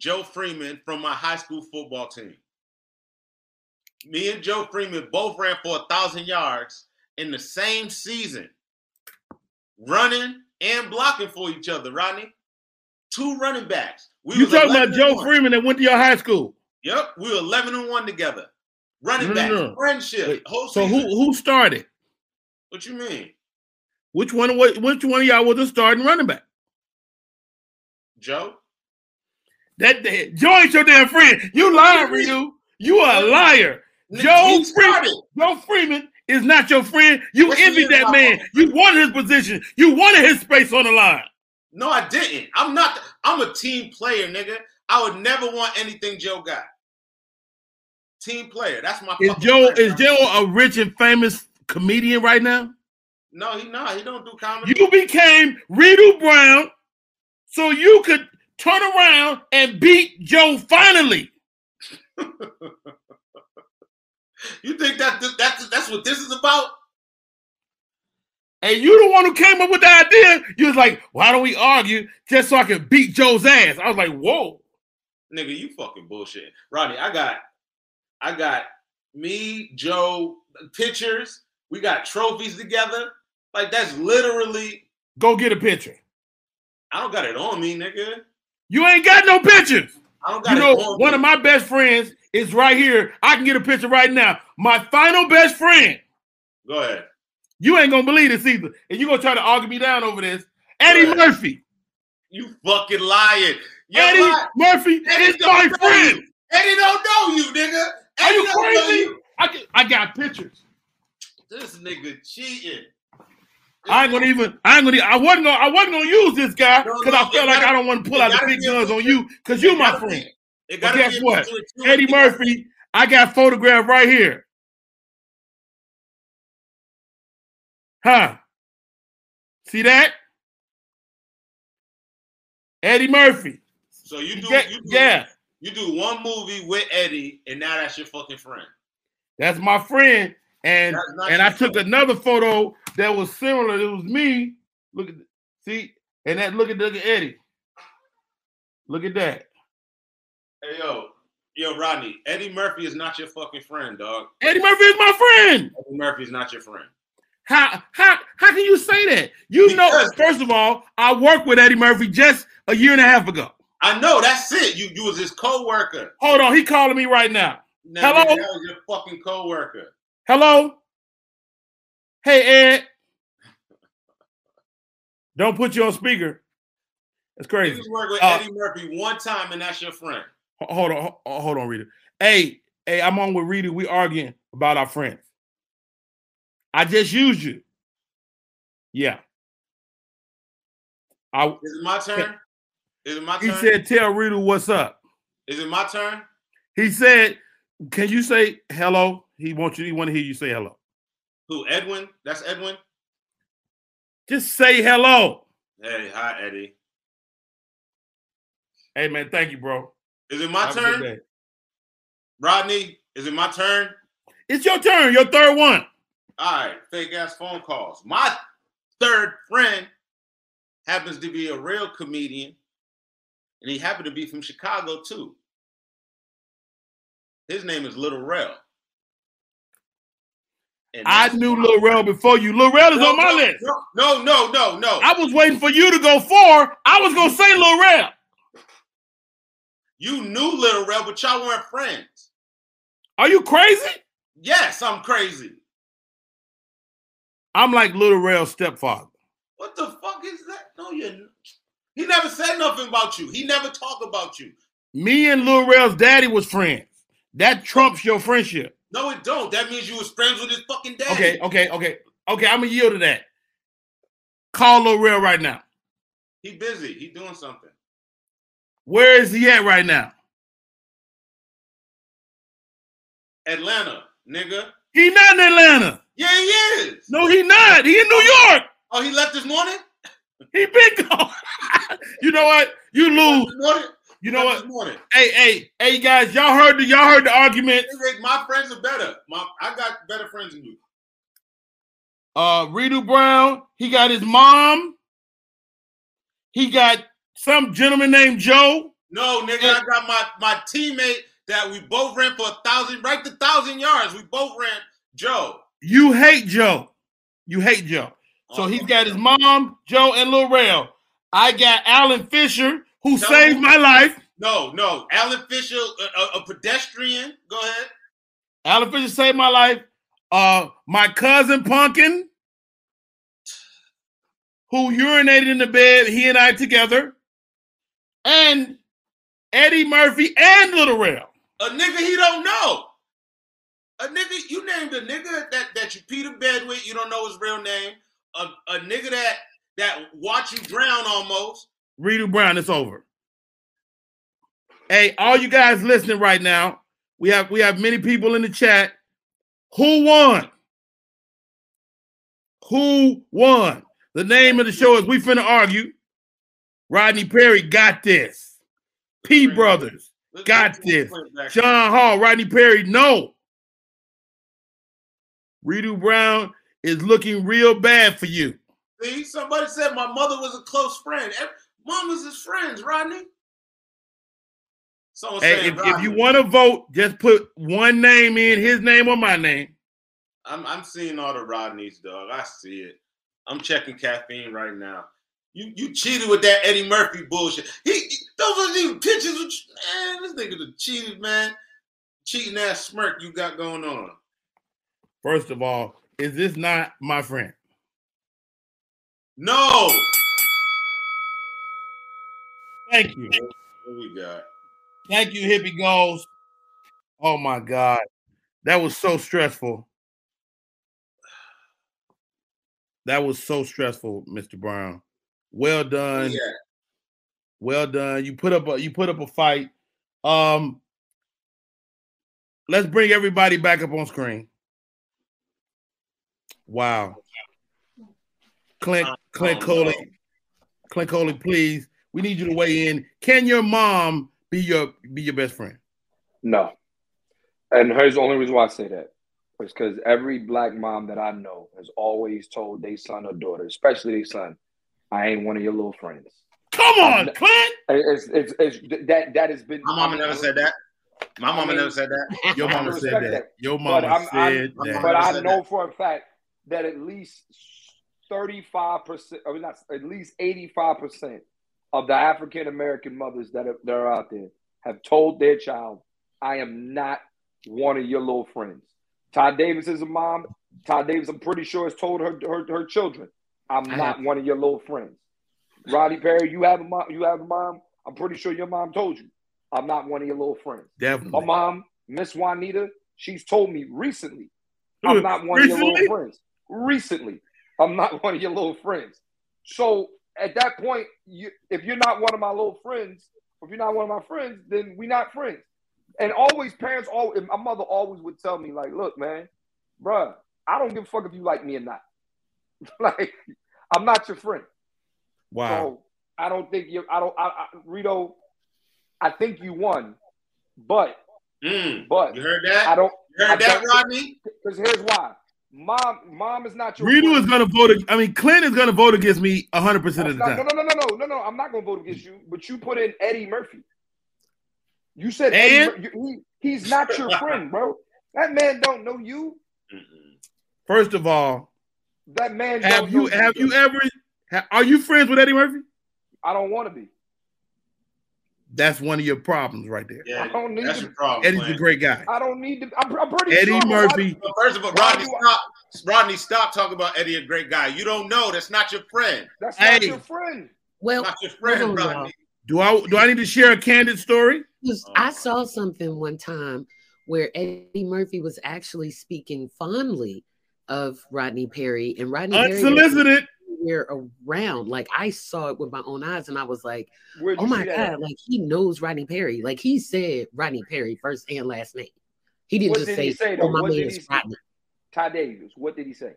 [SPEAKER 3] Joe Freeman, from my high school football team. Me and Joe Freeman both ran for a thousand yards in the same season, running and blocking for each other, Rodney. Two running backs. We
[SPEAKER 1] You
[SPEAKER 3] was
[SPEAKER 1] talking about
[SPEAKER 3] 11 and
[SPEAKER 1] Joe
[SPEAKER 3] one.
[SPEAKER 1] Freeman that went to your high school?
[SPEAKER 3] Yep, we were 11 and 1 together. Running
[SPEAKER 1] No, no,
[SPEAKER 3] backs,
[SPEAKER 1] no.
[SPEAKER 3] friendship,
[SPEAKER 1] Wait,
[SPEAKER 3] whole
[SPEAKER 1] So who
[SPEAKER 3] season.
[SPEAKER 1] who started?
[SPEAKER 3] What you mean?
[SPEAKER 1] Which one? wa- Which one of y'all was the starting running back?
[SPEAKER 3] Joe?
[SPEAKER 1] That that- Joe ain't your damn friend. You lying, Ryu. You are a liar. Joe Freeman.
[SPEAKER 3] He started.
[SPEAKER 1] Joe Freeman is not your friend. You
[SPEAKER 3] Yes, he
[SPEAKER 1] envied
[SPEAKER 3] is
[SPEAKER 1] that
[SPEAKER 3] my
[SPEAKER 1] man.
[SPEAKER 3] friend.
[SPEAKER 1] You wanted his position. You wanted his space on the line.
[SPEAKER 3] No, I didn't. I'm not. the- I'm a team player, nigga. I would never want anything Joe got. Team player. That's my.
[SPEAKER 1] Is
[SPEAKER 3] fucking
[SPEAKER 1] Joe
[SPEAKER 3] friend,
[SPEAKER 1] is
[SPEAKER 3] bro.
[SPEAKER 1] Joe a rich and famous comedian right now?
[SPEAKER 3] No, he not. He don't do comedy.
[SPEAKER 1] You became Redo Brown so you could turn around and beat Joe finally.
[SPEAKER 3] You, think that th- that's that's what this is about?
[SPEAKER 1] And you the one who came up with the idea. You was like, why don't we argue just so I can beat Joe's ass? I was like, whoa.
[SPEAKER 3] Nigga, you fucking bullshit, Rodney. I got, I got me, Joe, pictures. We got trophies together. Like that's literally.
[SPEAKER 1] Go get a picture.
[SPEAKER 3] I don't got it on me, nigga.
[SPEAKER 1] You ain't got no pictures.
[SPEAKER 3] I don't got
[SPEAKER 1] You
[SPEAKER 3] it
[SPEAKER 1] know,
[SPEAKER 3] on
[SPEAKER 1] one
[SPEAKER 3] me.
[SPEAKER 1] of my best friends is right here. I can get a picture right now. My final best friend.
[SPEAKER 3] Go ahead.
[SPEAKER 1] You ain't gonna believe this either, and you gonna try to argue me down over this. Eddie
[SPEAKER 3] Right.
[SPEAKER 1] Murphy.
[SPEAKER 3] You fucking lying. You're
[SPEAKER 1] Eddie
[SPEAKER 3] lying.
[SPEAKER 1] Murphy
[SPEAKER 3] Eddie
[SPEAKER 1] is my
[SPEAKER 3] don't know
[SPEAKER 1] friend.
[SPEAKER 3] you. Eddie don't know you, nigga.
[SPEAKER 1] Are
[SPEAKER 3] Eddie
[SPEAKER 1] you
[SPEAKER 3] don't know
[SPEAKER 1] crazy?
[SPEAKER 3] you.
[SPEAKER 1] I, get- I got pictures.
[SPEAKER 3] This nigga cheating.
[SPEAKER 1] I ain't gonna even. I ain't gonna. I wasn't gonna. I wasn't gonna use this guy
[SPEAKER 3] No,
[SPEAKER 1] because
[SPEAKER 3] no,
[SPEAKER 1] I felt
[SPEAKER 3] it
[SPEAKER 1] like
[SPEAKER 3] gotta-
[SPEAKER 1] I don't want to pull
[SPEAKER 3] it
[SPEAKER 1] out the
[SPEAKER 3] gotta
[SPEAKER 1] big
[SPEAKER 3] be a
[SPEAKER 1] guns on
[SPEAKER 3] picture.
[SPEAKER 1] you because you
[SPEAKER 3] It
[SPEAKER 1] my
[SPEAKER 3] gotta be-
[SPEAKER 1] friend.
[SPEAKER 3] It
[SPEAKER 1] But
[SPEAKER 3] gotta
[SPEAKER 1] guess
[SPEAKER 3] be a
[SPEAKER 1] what?
[SPEAKER 3] picture with you.
[SPEAKER 1] Eddie Murphy. I got photograph right here. Huh? See that? Eddie Murphy.
[SPEAKER 3] So you do,
[SPEAKER 1] Yeah,
[SPEAKER 3] you do,
[SPEAKER 1] yeah,
[SPEAKER 3] you do one movie with Eddie, and now that's your fucking friend.
[SPEAKER 1] that's my friend. And
[SPEAKER 3] That's not
[SPEAKER 1] and
[SPEAKER 3] your
[SPEAKER 1] I took
[SPEAKER 3] friend.
[SPEAKER 1] another photo that was similar. It was me. Look at see, and that look at look at Eddie. Look at that.
[SPEAKER 3] Hey yo, Yo, Rodney, Eddie Murphy is not your fucking friend, dog.
[SPEAKER 1] Eddie Murphy is my friend.
[SPEAKER 3] Eddie Murphy's not your friend.
[SPEAKER 1] How how how can you say that? You know,
[SPEAKER 3] Because-
[SPEAKER 1] first of all, I worked with Eddie Murphy just a year and a half ago.
[SPEAKER 3] I know that's it. You you was his co-worker.
[SPEAKER 1] Hold on, he calling me right now.
[SPEAKER 3] Nigga,
[SPEAKER 1] Hello?
[SPEAKER 3] That was your fucking co-worker.
[SPEAKER 1] Hello. Hey Ed. Don't put you on speaker. That's
[SPEAKER 3] You
[SPEAKER 1] crazy.
[SPEAKER 3] was working with
[SPEAKER 1] Uh,
[SPEAKER 3] Eddie Murphy one time, and that's your friend.
[SPEAKER 1] Ho- Hold on, ho- hold on, Rita. Hey, hey, I'm on with Rita. We arguing about our friends. I just used you. Yeah. I
[SPEAKER 3] Is it my turn? Is it my
[SPEAKER 1] he
[SPEAKER 3] turn?
[SPEAKER 1] said, tell Rita what's up.
[SPEAKER 3] Is it my turn?
[SPEAKER 1] He said, "Can you say hello?" He wants you. He want to hear you say hello.
[SPEAKER 3] Who? Edwin? That's Edwin.
[SPEAKER 1] Just say hello.
[SPEAKER 3] Hey, hi, Eddie.
[SPEAKER 1] Hey man, thank you, bro.
[SPEAKER 3] Is it my
[SPEAKER 1] Have a good
[SPEAKER 3] turn,
[SPEAKER 1] day.
[SPEAKER 3] Rodney? Is it my turn?
[SPEAKER 1] It's your turn. Your third one.
[SPEAKER 3] All right, fake ass phone calls. My third friend happens to be a real comedian, and he happened to be from Chicago too. His name is Little Rel. And
[SPEAKER 1] I
[SPEAKER 3] that's
[SPEAKER 1] knew
[SPEAKER 3] my-
[SPEAKER 1] Lil Rel before you. Lil Rel is
[SPEAKER 3] No,
[SPEAKER 1] on my
[SPEAKER 3] no,
[SPEAKER 1] list.
[SPEAKER 3] No, no, no, no.
[SPEAKER 1] I was waiting for you to go four. I was gonna say Lil Rel.
[SPEAKER 3] you knew Little Rel, but y'all weren't friends.
[SPEAKER 1] Are you crazy?
[SPEAKER 3] Yes, I'm crazy.
[SPEAKER 1] I'm like Lil Rel's stepfather.
[SPEAKER 3] What the fuck is that? No, you. are He never said nothing about you. He never talked about you.
[SPEAKER 1] Me and Lil Rel's daddy was friends. That trumps your friendship.
[SPEAKER 3] No, it don't. That means you was friends with his fucking dad.
[SPEAKER 1] Okay, okay, okay, okay. I'm gonna yield to that. Call Lil Rel right now.
[SPEAKER 3] He busy. He doing something.
[SPEAKER 1] Where is he at right now?
[SPEAKER 3] Atlanta, nigga.
[SPEAKER 1] He not in Atlanta.
[SPEAKER 3] Yeah, he is.
[SPEAKER 1] No, he not. He in New York.
[SPEAKER 3] Oh, he left this morning.
[SPEAKER 1] He been gone. you know what? You
[SPEAKER 3] Left
[SPEAKER 1] lose.
[SPEAKER 3] This morning.
[SPEAKER 1] You know
[SPEAKER 3] Left
[SPEAKER 1] what?
[SPEAKER 3] This morning.
[SPEAKER 1] Hey, hey, hey, guys! Y'all heard the y'all heard the argument.
[SPEAKER 3] Nigga, My friends are better. My, I got better friends than you.
[SPEAKER 1] Uh, Redu Brown. He got his mom. He got some gentleman named Joe.
[SPEAKER 3] No, nigga, I got my my teammate that we both ran for a thousand, right to thousand yards. We both ran Joe.
[SPEAKER 1] You hate Joe. You hate Joe.
[SPEAKER 3] Oh,
[SPEAKER 1] So he's got his mom, Joe, and Lil Rel. I got Alan Fisher, who
[SPEAKER 3] No.
[SPEAKER 1] saved my life.
[SPEAKER 3] No, no, Alan Fisher, a, a- a pedestrian. Go ahead.
[SPEAKER 1] Alan Fisher saved my life. Uh, my cousin Pumpkin, who urinated in the bed, he and I together, and Eddie Murphy and Little Rail.
[SPEAKER 3] A nigga he don't know. A nigga, you named a nigga that that you Peter bed with. You don't know his real name. A, a nigga that that watch you drown almost.
[SPEAKER 1] Redo Brown, it's over. Hey, all you guys listening right now, we have we have many people in the chat. Who won? Who won? The name of the show is We Finna Argue. Rodney Perry got this. P Brothers,
[SPEAKER 3] Let's-
[SPEAKER 1] Got
[SPEAKER 3] let's- let's
[SPEAKER 1] this.
[SPEAKER 3] play it back.
[SPEAKER 1] John Hall, Rodney Perry, no. Redo Brown is looking real bad for you.
[SPEAKER 3] See, somebody said my mother was a close friend. Ev- Mom was his friends, Rodney. Someone
[SPEAKER 1] Hey,
[SPEAKER 3] said
[SPEAKER 1] if, if
[SPEAKER 3] Rodney.
[SPEAKER 1] you want to vote, just put one name in, his name or my name.
[SPEAKER 3] I'm I'm seeing all the Rodneys, dog. I see it. I'm checking caffeine right now. You you cheated with that Eddie Murphy bullshit. He, he- those wasn't even pictures. With, you- man, this nigga's a cheated man. Cheating ass smirk you got going on.
[SPEAKER 1] First of all, is this not my friend?
[SPEAKER 3] No.
[SPEAKER 1] Thank you.
[SPEAKER 3] What we got?
[SPEAKER 1] Thank you, Hippie Goals. Oh my God. That was so stressful. That was so stressful, Mr. Brown. Well done.
[SPEAKER 3] Yeah.
[SPEAKER 1] Well done. You put up a you put up a fight. Um let's bring everybody back up on screen. Wow. Clint Clint
[SPEAKER 3] Oh,
[SPEAKER 1] Coley.
[SPEAKER 3] no.
[SPEAKER 1] Clint Coley, please. We need you to weigh in. Can your mom be your be your best friend?
[SPEAKER 2] No. And here's the only reason why I say that is because every black mom that I know has always told their son or daughter, especially their son, I ain't one of your little friends.
[SPEAKER 1] Come on, Clint.
[SPEAKER 2] It's, it's, it's, that, that has been.
[SPEAKER 3] My mama never said that. My mama
[SPEAKER 2] mean,
[SPEAKER 3] never said that.
[SPEAKER 1] Your
[SPEAKER 2] I
[SPEAKER 1] mama
[SPEAKER 2] respect
[SPEAKER 1] said that.
[SPEAKER 2] that.
[SPEAKER 1] Your
[SPEAKER 2] But
[SPEAKER 1] mama
[SPEAKER 2] I'm- I'm-
[SPEAKER 1] said that.
[SPEAKER 3] I'm Yeah.
[SPEAKER 2] But I
[SPEAKER 3] Said
[SPEAKER 2] know
[SPEAKER 3] that.
[SPEAKER 2] for a fact that at least 35%, I mean, not at least 85% of the African American mothers that are, that are out there have told their child, I am not one of your little friends. Todd Davis is a mom. Todd Davis, I'm pretty sure, has told her her, her children, I'm
[SPEAKER 4] I
[SPEAKER 2] not
[SPEAKER 4] have.
[SPEAKER 2] one of your little friends. Roddy Perry, you have a mom. You have a mom. I'm pretty sure your mom told you, I'm not one of your little friends. My
[SPEAKER 1] Definitely.
[SPEAKER 2] mom, Miss Juanita, she's told me recently, I'm not one of your
[SPEAKER 1] Recently?
[SPEAKER 2] little friends. Recently, I'm not one of your little friends. So at that point, you, if you're not one of my little friends, if you're not one of my friends, then we're not friends. And always, parents, always, my mother always would tell me, like, look, man, bruh, I don't give a fuck if you like me or not. like, I'm not your friend.
[SPEAKER 1] Wow.
[SPEAKER 2] So I don't think you, I don't, I, I, Rito, I think you won, but,
[SPEAKER 3] Mm.
[SPEAKER 2] but
[SPEAKER 3] You heard
[SPEAKER 2] I
[SPEAKER 3] that?
[SPEAKER 2] don't,
[SPEAKER 3] You
[SPEAKER 2] I
[SPEAKER 3] heard that,
[SPEAKER 2] don't-
[SPEAKER 3] Rodney?
[SPEAKER 2] because here's why. Mom, mom is not your.
[SPEAKER 1] Rito
[SPEAKER 2] friend.
[SPEAKER 1] is gonna vote. ag- I mean, Clint is gonna vote against me 100 percent
[SPEAKER 2] That's
[SPEAKER 1] of the
[SPEAKER 2] not-
[SPEAKER 1] time.
[SPEAKER 2] No, no, no, no, no, no, no. I'm not going to vote against you, but you put in Eddie Murphy. You said
[SPEAKER 1] And?
[SPEAKER 2] Eddie, Mur- you- he, he's not your friend, bro. That man don't know you.
[SPEAKER 3] Mm-mm.
[SPEAKER 1] First of all,
[SPEAKER 2] That man.
[SPEAKER 1] have
[SPEAKER 2] don't
[SPEAKER 1] you
[SPEAKER 2] know
[SPEAKER 1] have you ever? ha- Are you friends with Eddie Murphy?
[SPEAKER 2] I don't want to be.
[SPEAKER 1] That's one of your problems right there.
[SPEAKER 2] I
[SPEAKER 3] Yeah,
[SPEAKER 2] don't need
[SPEAKER 3] that's
[SPEAKER 2] to-
[SPEAKER 3] your problem.
[SPEAKER 1] Eddie's Oh, a
[SPEAKER 3] Clint.
[SPEAKER 1] great guy.
[SPEAKER 2] I don't need to. I'm, I'm pretty
[SPEAKER 1] Eddie
[SPEAKER 2] sure. but why
[SPEAKER 1] Murphy.
[SPEAKER 3] Well, first of all,
[SPEAKER 2] Why
[SPEAKER 3] Rodney,
[SPEAKER 2] do I-
[SPEAKER 3] stop. Rodney, stop talking about Eddie, a great guy. You don't know. That's not your friend.
[SPEAKER 2] do- That's not
[SPEAKER 1] Hey.
[SPEAKER 2] your friend.
[SPEAKER 4] Well,
[SPEAKER 3] Not your friend,
[SPEAKER 4] hold on,
[SPEAKER 3] Rodney.
[SPEAKER 1] Do I do I need to share a candid story?
[SPEAKER 4] was-
[SPEAKER 3] Oh,
[SPEAKER 4] I
[SPEAKER 3] my.
[SPEAKER 4] saw something one time where Eddie Murphy was actually speaking fondly of Rodney Perry, and Rodney Perry was
[SPEAKER 1] Unsolicited.
[SPEAKER 4] nowhere around. Like I saw it with my own eyes, and I was like,
[SPEAKER 2] Where'd
[SPEAKER 4] "Oh
[SPEAKER 2] you
[SPEAKER 4] my
[SPEAKER 2] see
[SPEAKER 4] god!"
[SPEAKER 2] that at?
[SPEAKER 4] Like he knows Rodney Perry. Like he said Rodney Perry first and last name. He didn't
[SPEAKER 2] What
[SPEAKER 4] just
[SPEAKER 2] did
[SPEAKER 4] say,
[SPEAKER 2] he say, though?
[SPEAKER 4] "Oh my
[SPEAKER 2] What
[SPEAKER 4] man
[SPEAKER 2] did he
[SPEAKER 4] is
[SPEAKER 2] say?
[SPEAKER 4] Rodney."
[SPEAKER 2] Ty Davis. What did he say?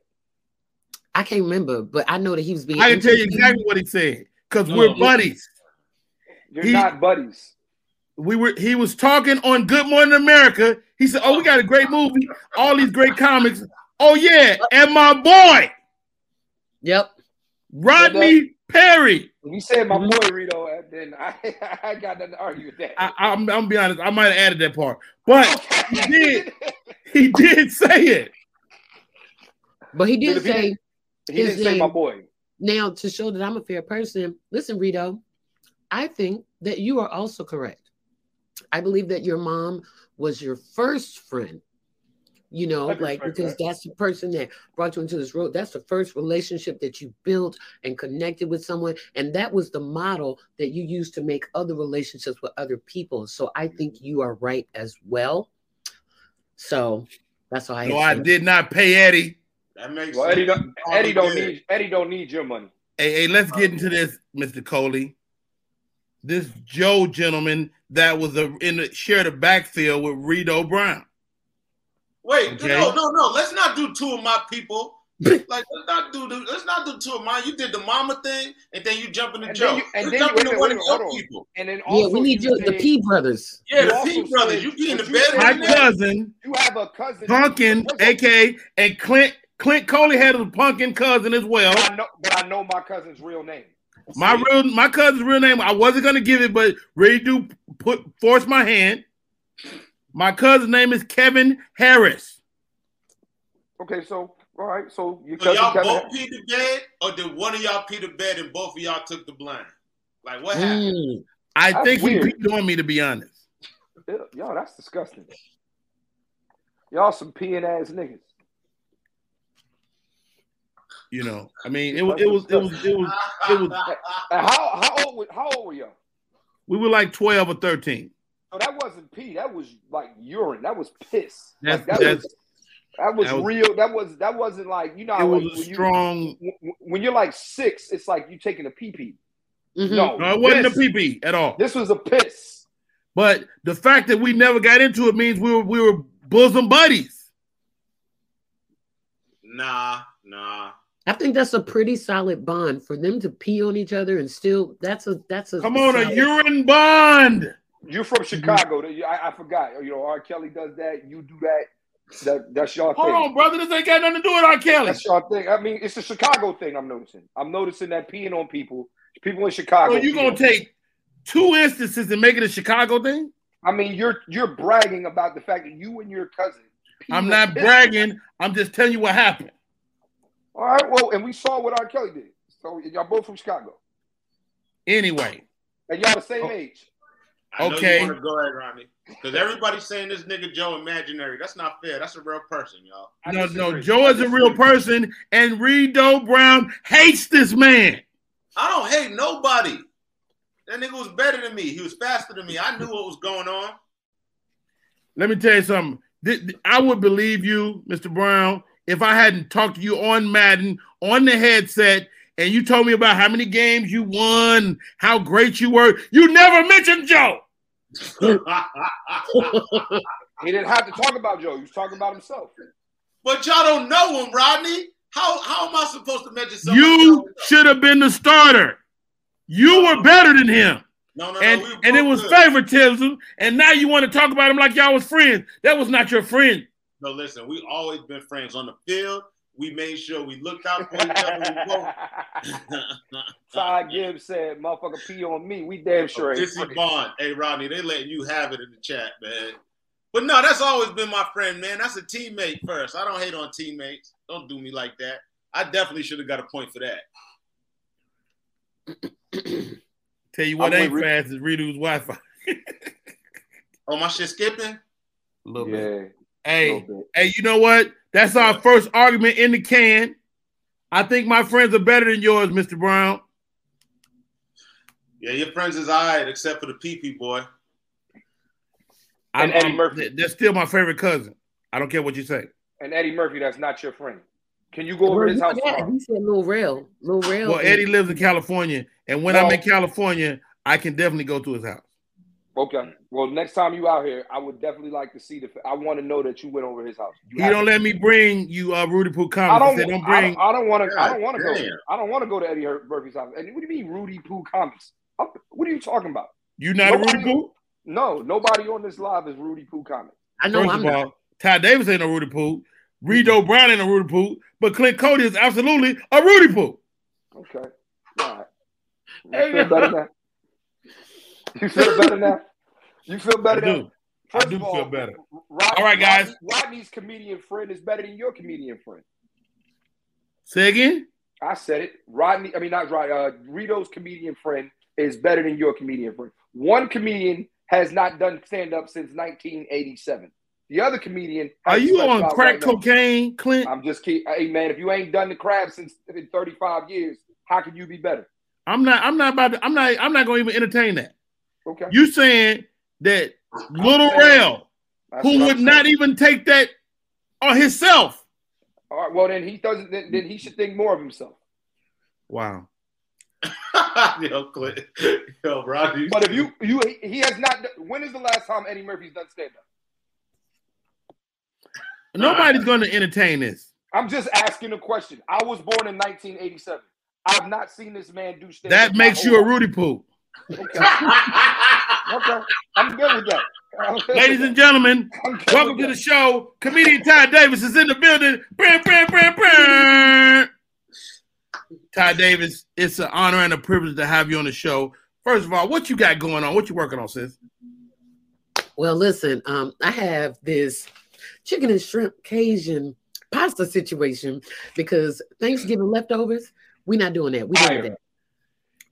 [SPEAKER 4] I can't remember, but I know that he was being.
[SPEAKER 1] I can tell you
[SPEAKER 4] interviewed.
[SPEAKER 1] exactly what he said because
[SPEAKER 3] No.
[SPEAKER 1] we're buddies.
[SPEAKER 2] You're
[SPEAKER 1] He-
[SPEAKER 2] not buddies.
[SPEAKER 1] We were he was talking on Good Morning America. He said, "Oh, we got a great movie, all these great comics." Oh yeah, and my boy
[SPEAKER 4] Yep.
[SPEAKER 1] Rodney Perry.
[SPEAKER 2] If you said my boy Rito, then I, I got nothing to argue with that.
[SPEAKER 1] I, I'm I'm be honest, I might have added that part, but he did he did say it.
[SPEAKER 4] But he did
[SPEAKER 2] If he-
[SPEAKER 4] say,
[SPEAKER 2] He
[SPEAKER 4] His
[SPEAKER 2] didn't say my
[SPEAKER 4] name-
[SPEAKER 2] boy.
[SPEAKER 4] Now, to show that I'm a fair person, listen, Rito, I think that you are also correct. I believe that your mom was your first friend, you know,
[SPEAKER 2] Hundred
[SPEAKER 4] like
[SPEAKER 2] percent.
[SPEAKER 4] because that's the person that brought you into this road. That's the first relationship that you built and connected with someone. And that was the model that you used to make other relationships with other people. So I think you are right as well. So that's all I
[SPEAKER 1] No, I
[SPEAKER 4] have to say.
[SPEAKER 1] did not pay Eddie.
[SPEAKER 3] That makes
[SPEAKER 2] Well,
[SPEAKER 3] sense.
[SPEAKER 2] Eddie don't,
[SPEAKER 3] You
[SPEAKER 2] Eddie don't
[SPEAKER 3] did.
[SPEAKER 2] need Eddie don't need your money.
[SPEAKER 1] Hey, hey, let's get into this, Mr. Coley. This Joe gentleman that was a, in the shared the backfield with Rito Brown.
[SPEAKER 3] Wait,
[SPEAKER 1] Okay.
[SPEAKER 3] no, no, no. Let's not do two of my people. like let's not do the- let's not do two of mine. You did the mama thing, and then you jump into
[SPEAKER 2] And
[SPEAKER 3] Joe.
[SPEAKER 2] then you- and
[SPEAKER 3] You're
[SPEAKER 2] then you-
[SPEAKER 3] jumping
[SPEAKER 2] wait a
[SPEAKER 3] to
[SPEAKER 2] minute,
[SPEAKER 3] one
[SPEAKER 2] wait
[SPEAKER 3] of
[SPEAKER 2] a
[SPEAKER 3] your
[SPEAKER 2] minute, hold on.
[SPEAKER 3] people.
[SPEAKER 2] And then
[SPEAKER 4] Yeah,
[SPEAKER 2] also
[SPEAKER 4] we need
[SPEAKER 2] you
[SPEAKER 4] your, the
[SPEAKER 2] said
[SPEAKER 4] P brothers.
[SPEAKER 3] Yeah,
[SPEAKER 2] You
[SPEAKER 3] the
[SPEAKER 2] also
[SPEAKER 3] P brothers.
[SPEAKER 2] said-
[SPEAKER 3] You be in the
[SPEAKER 2] but you said-
[SPEAKER 1] My
[SPEAKER 3] bedroom. now.
[SPEAKER 1] cousin,
[SPEAKER 2] you have a cousin
[SPEAKER 1] Punkin,
[SPEAKER 2] First of all,
[SPEAKER 1] aka and Clint Clint Coley had a Punkin cousin as well.
[SPEAKER 2] but I know, but I know my cousin's real name.
[SPEAKER 1] My real my cousin's real name, I wasn't gonna give it, but really do put force my hand. My cousin's name is Kevin Harris.
[SPEAKER 2] Okay, so all right, so your
[SPEAKER 3] So
[SPEAKER 2] cousin
[SPEAKER 3] y'all
[SPEAKER 2] Kevin.
[SPEAKER 3] both peed the bed, or did one of y'all pee the bed and both of y'all took the blind? Like what happened?
[SPEAKER 4] Mm.
[SPEAKER 1] I
[SPEAKER 2] That's
[SPEAKER 1] think
[SPEAKER 2] weird.
[SPEAKER 1] he peed on me to be honest.
[SPEAKER 2] Ew, Yo, that's disgusting. Y'all some peeing ass niggas.
[SPEAKER 1] You know, I mean, it, was it was it was it was It was-
[SPEAKER 2] And how how old were- how old were y'all?
[SPEAKER 1] we were like twelve or thirteen.
[SPEAKER 2] So that wasn't pee. That was like urine. That was piss. Like,
[SPEAKER 1] That's-
[SPEAKER 2] that, was,
[SPEAKER 1] that's-
[SPEAKER 2] that was
[SPEAKER 1] that was-
[SPEAKER 2] real. That was that wasn't like you know.
[SPEAKER 1] It
[SPEAKER 2] how,
[SPEAKER 1] was a
[SPEAKER 2] like, when Oh, you-
[SPEAKER 1] strong.
[SPEAKER 2] when- when you're like six, it's like you taking a pee pee.
[SPEAKER 4] Mhm.
[SPEAKER 2] No,
[SPEAKER 1] No, it wasn't
[SPEAKER 2] this,
[SPEAKER 1] a pee at all.
[SPEAKER 2] This was a piss.
[SPEAKER 1] But the fact that we never got into it means we were we were bosom buddies.
[SPEAKER 3] nah, nah.
[SPEAKER 4] I think that's a pretty solid bond for them to pee on each other and still. That's a that's a
[SPEAKER 1] Come on, a
[SPEAKER 4] solid-
[SPEAKER 1] urine bond.
[SPEAKER 2] You're from Chicago. I, I forgot. You know, R. Kelly does that. You do that. That that's y'all
[SPEAKER 1] Hold
[SPEAKER 2] thing.
[SPEAKER 1] on, brother. This ain't got nothing to do with R. Kelly.
[SPEAKER 2] That's y'all thing. I mean, it's a Chicago thing. I'm noticing. I'm noticing that peeing on people. People in Chicago.
[SPEAKER 1] So Oh, you
[SPEAKER 2] pee
[SPEAKER 1] gonna
[SPEAKER 2] on-
[SPEAKER 1] take two instances and make it a Chicago thing?
[SPEAKER 2] I mean, you're you're bragging about the fact that you and your cousin.
[SPEAKER 1] I'm not bragging. I'm just telling you what happened.
[SPEAKER 2] All right. Well, and we saw what R. Kelly did. So y'all both from Chicago,
[SPEAKER 1] Anyway,
[SPEAKER 2] and y'all the same
[SPEAKER 1] Oh.
[SPEAKER 2] age.
[SPEAKER 3] I know
[SPEAKER 1] Okay.
[SPEAKER 3] you want to go ahead, Ronnie. Because everybody's saying this nigga Joe imaginary. That's not fair. That's a real person, y'all.
[SPEAKER 2] I
[SPEAKER 1] no, no,
[SPEAKER 2] disagree.
[SPEAKER 1] Joe
[SPEAKER 2] I
[SPEAKER 1] is a real
[SPEAKER 2] disagree.
[SPEAKER 1] person, and Redo Brown hates this man.
[SPEAKER 3] I don't hate nobody. That nigga was better than me. He was faster than me. I knew what was going on.
[SPEAKER 1] Let me tell you something. Th- th- I would believe you, Mr. Brown, if I hadn't talked to you on Madden on the headset and you told me about how many games you won, how great you were. You never mentioned Joe.
[SPEAKER 2] He didn't have to talk about Joe. He was talking about himself.
[SPEAKER 3] but y'all don't know him, Rodney. How how am I supposed to measure something?
[SPEAKER 1] you should have been the starter. You were better than him.
[SPEAKER 3] no, no, no,
[SPEAKER 1] And
[SPEAKER 3] we were
[SPEAKER 1] and it
[SPEAKER 3] both
[SPEAKER 1] was
[SPEAKER 3] good.
[SPEAKER 1] favoritism. And now you want to talk about him like y'all was friends. That was not your friend.
[SPEAKER 3] No, listen, we always been friends on the field. We made sure we looked out for each other. We both-
[SPEAKER 2] Ty Gibbs said, "Motherfucker, pee on me. We damn
[SPEAKER 1] Oh,
[SPEAKER 2] sure ain't
[SPEAKER 3] This is
[SPEAKER 2] friends."
[SPEAKER 3] Bond. Oh, Hey, Rodney, they letting you have it in the chat, man. But no, that's always been my friend, man. That's a teammate first. I don't hate on teammates. Don't do me like that. I definitely should have got a point for that.
[SPEAKER 1] Tell you what
[SPEAKER 2] I'm
[SPEAKER 1] ain't
[SPEAKER 2] with
[SPEAKER 1] fast is Redo's Wi-Fi.
[SPEAKER 3] Oh, my shit skipping?
[SPEAKER 1] A little
[SPEAKER 2] yeah,
[SPEAKER 1] bit.
[SPEAKER 2] a
[SPEAKER 1] Hey,
[SPEAKER 2] little bit.
[SPEAKER 1] Hey, you know what? That's our first argument in the can. I think my friends are better than yours, Mr. Brown.
[SPEAKER 3] Yeah, your friends is all right, except for the PP boy.
[SPEAKER 1] I'm,
[SPEAKER 2] And Eddie
[SPEAKER 1] I'm-
[SPEAKER 2] Murphy.
[SPEAKER 1] they're still my favorite cousin. I don't care what you say.
[SPEAKER 2] And Eddie Murphy, that's not your friend. Can you go over
[SPEAKER 4] Well,
[SPEAKER 2] to his
[SPEAKER 4] look
[SPEAKER 2] house
[SPEAKER 4] at that.
[SPEAKER 2] tomorrow?
[SPEAKER 4] He said Lil Rel. Lil Rel.
[SPEAKER 1] Well,
[SPEAKER 4] is-
[SPEAKER 1] Eddie lives in California, and when I'm in
[SPEAKER 2] Well-
[SPEAKER 1] California, I can definitely go to his house.
[SPEAKER 2] Okay. Well, next time you out here, I would definitely like to see the. I want to know that you went over to his house. You
[SPEAKER 1] He
[SPEAKER 2] have
[SPEAKER 1] don't
[SPEAKER 2] to-
[SPEAKER 1] let me bring you uh, Rudy Poo
[SPEAKER 2] I
[SPEAKER 1] comments.
[SPEAKER 2] don't.
[SPEAKER 1] They don't
[SPEAKER 2] I
[SPEAKER 1] bring.
[SPEAKER 2] don't- I don't want to. I don't want to go.
[SPEAKER 3] Damn.
[SPEAKER 2] I don't want to go to Eddie Hur- Murphy's house. And what do you mean, Rudy Poo comics? I'm- What are you talking about?
[SPEAKER 1] You not a Rudy
[SPEAKER 2] Nobody-
[SPEAKER 1] Poo?
[SPEAKER 2] No, nobody on this live is Rudy Poo comics.
[SPEAKER 4] I know
[SPEAKER 1] First
[SPEAKER 4] I'm
[SPEAKER 1] of
[SPEAKER 4] not.
[SPEAKER 1] all, Ty Davis ain't a Rudy Poo. Redo Brown ain't a Rudy Poo. But Clint Cody is absolutely a Rudy Poo.
[SPEAKER 2] Okay. All right.
[SPEAKER 1] There
[SPEAKER 2] You
[SPEAKER 1] you
[SPEAKER 2] feel better now? You feel better now? You feel
[SPEAKER 1] I
[SPEAKER 2] better now?
[SPEAKER 1] do. I
[SPEAKER 2] First
[SPEAKER 1] do
[SPEAKER 2] of
[SPEAKER 1] feel better.
[SPEAKER 2] Rodney-
[SPEAKER 1] All right, guys.
[SPEAKER 2] Rodney- Rodney's comedian friend is better than your comedian friend.
[SPEAKER 1] Say again.
[SPEAKER 2] I said it. Rodney, I mean, not Rodney, uh, Rito's comedian friend is better than your comedian friend. One comedian has not done stand up since 1987. The other comedian. has
[SPEAKER 1] Are you
[SPEAKER 2] stepped
[SPEAKER 1] on
[SPEAKER 2] out
[SPEAKER 1] crack
[SPEAKER 2] right now.
[SPEAKER 1] cocaine, Clint?
[SPEAKER 2] I'm just kidding. Hey, man, if you ain't done the crab since in 35 years, how can you be better?
[SPEAKER 1] I'm not. I'm not about. To, I'm not. I'm not going to even entertain that.
[SPEAKER 2] Okay.
[SPEAKER 1] You saying that Little
[SPEAKER 2] saying-
[SPEAKER 1] Rail,
[SPEAKER 2] That's
[SPEAKER 1] who
[SPEAKER 2] what I'm
[SPEAKER 1] would
[SPEAKER 2] saying.
[SPEAKER 1] not e- even take that on himself?
[SPEAKER 2] All right, well, then he doesn't. Then, then he should think more of himself.
[SPEAKER 1] Wow.
[SPEAKER 3] yo, Clint. Yo, Rodney.
[SPEAKER 2] But if you you he has not. When is the last time Eddie Murphy's done stand up?
[SPEAKER 1] Nobody's going to entertain this.
[SPEAKER 2] I'm just asking a question. I was born in 1987. I've not seen this man do stand up.
[SPEAKER 1] That makes you a Rudy Poo,
[SPEAKER 2] Okay. okay, I'm good with that. I'm good with
[SPEAKER 1] ladies
[SPEAKER 2] that.
[SPEAKER 1] and gentlemen.
[SPEAKER 2] I'm good
[SPEAKER 1] Welcome
[SPEAKER 2] with
[SPEAKER 1] to the
[SPEAKER 2] that.
[SPEAKER 1] show. Comedian Ty Davis is in the building. Brr, brr, brr, brr. Ty Davis, it's an honor and a privilege to have you on the show. First of all, what you got going on? What you working on, sis?
[SPEAKER 4] Well, listen, um, I have this chicken and shrimp Cajun pasta situation because Thanksgiving leftovers, we're not doing that. We
[SPEAKER 2] Fire.
[SPEAKER 4] did that.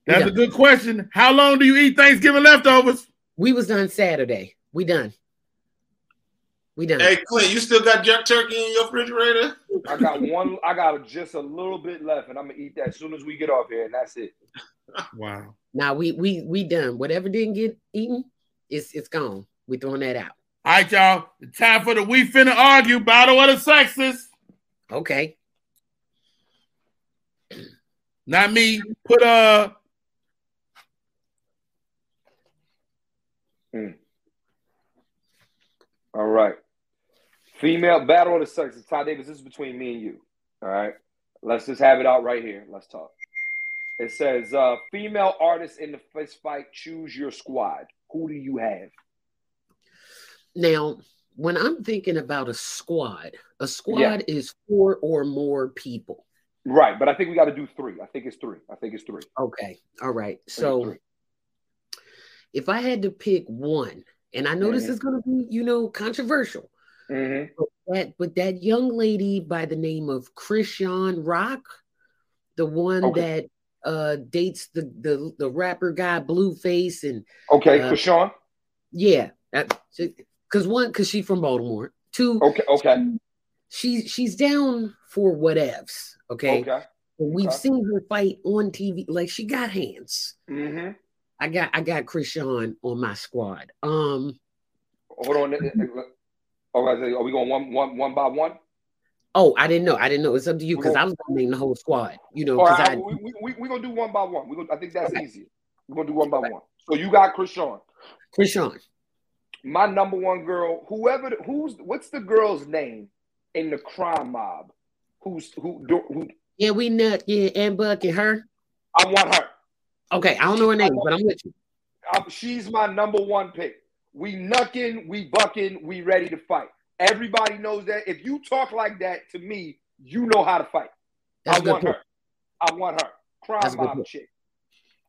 [SPEAKER 1] That's a good question. How long do you eat Thanksgiving leftovers?
[SPEAKER 4] We was done Saturday. We done. We done.
[SPEAKER 3] hey, Clint, you still got jerk turkey in your refrigerator?
[SPEAKER 2] I got one. I got just a little bit left, and I'm gonna eat that as soon as we get off here, and that's it.
[SPEAKER 1] Wow.
[SPEAKER 4] Now we we we done. Whatever didn't get eaten, it's it's gone. We throwing that out.
[SPEAKER 1] All right, y'all. Time for the We Finna Argue Battle of the Sexes.
[SPEAKER 4] Okay.
[SPEAKER 1] Not me. Put uh
[SPEAKER 2] All right. Female battle of the sexes. Ty Davis, this is between me and you. All right. Let's just have it out right here. Let's talk. It says uh, female artists in the fist fight, choose your squad. Who do you have?
[SPEAKER 4] Now, when I'm thinking about a squad, a squad
[SPEAKER 2] Yeah.
[SPEAKER 4] is four or more people.
[SPEAKER 2] Right, but I think we got to do three. I think it's three. I think it's three.
[SPEAKER 4] Okay. All right.
[SPEAKER 2] I think it's
[SPEAKER 4] So
[SPEAKER 2] three.
[SPEAKER 4] if I had to pick one And I know this
[SPEAKER 2] Mhm.
[SPEAKER 4] is going to be, you know, controversial.
[SPEAKER 2] Mm-hmm.
[SPEAKER 4] That but that young lady by the name of Christian Rock, the one
[SPEAKER 2] Okay.
[SPEAKER 4] that uh dates the the the rapper guy Blueface and
[SPEAKER 2] Okay,
[SPEAKER 4] Uh,
[SPEAKER 2] for Sean.
[SPEAKER 4] yeah, because one because she from Baltimore. Two,
[SPEAKER 2] Okay, okay,
[SPEAKER 4] she she's down for whatevs. Okay,
[SPEAKER 2] okay.
[SPEAKER 4] And we've
[SPEAKER 2] okay.
[SPEAKER 4] seen her fight on TV. Like she got hands.
[SPEAKER 2] Mm-hmm.
[SPEAKER 4] I got I got Christian on my squad. Um.
[SPEAKER 2] Hold on. Oh, I say, are we going one, one, one by one?
[SPEAKER 4] Oh, I didn't know. I didn't know. It's up to you because I was gonna name the whole squad. You know,
[SPEAKER 2] All
[SPEAKER 4] because
[SPEAKER 2] right,
[SPEAKER 4] I
[SPEAKER 2] we, we, we, we're gonna do one by one. We're gonna, I think that's easier. We're gonna do one by one. So you got Chris Sean.
[SPEAKER 4] Krishan.
[SPEAKER 2] My number one girl, whoever, the- who's, what's the girl's name in the crime mob? Who's who? do- who
[SPEAKER 4] Yeah, we nut. Yeah, and Buck and her.
[SPEAKER 2] I want her.
[SPEAKER 4] Okay, I don't know her name, but I'm with you.
[SPEAKER 2] I'm, she's my number one pick. We knucking, we bucking, we ready to fight. Everybody knows that. If you talk like that to me, you know how to fight.
[SPEAKER 4] That's
[SPEAKER 2] I
[SPEAKER 4] a good
[SPEAKER 2] want
[SPEAKER 4] pick.
[SPEAKER 2] her. I want her. Crime
[SPEAKER 4] That's a good
[SPEAKER 2] mob
[SPEAKER 4] pick.
[SPEAKER 2] chick.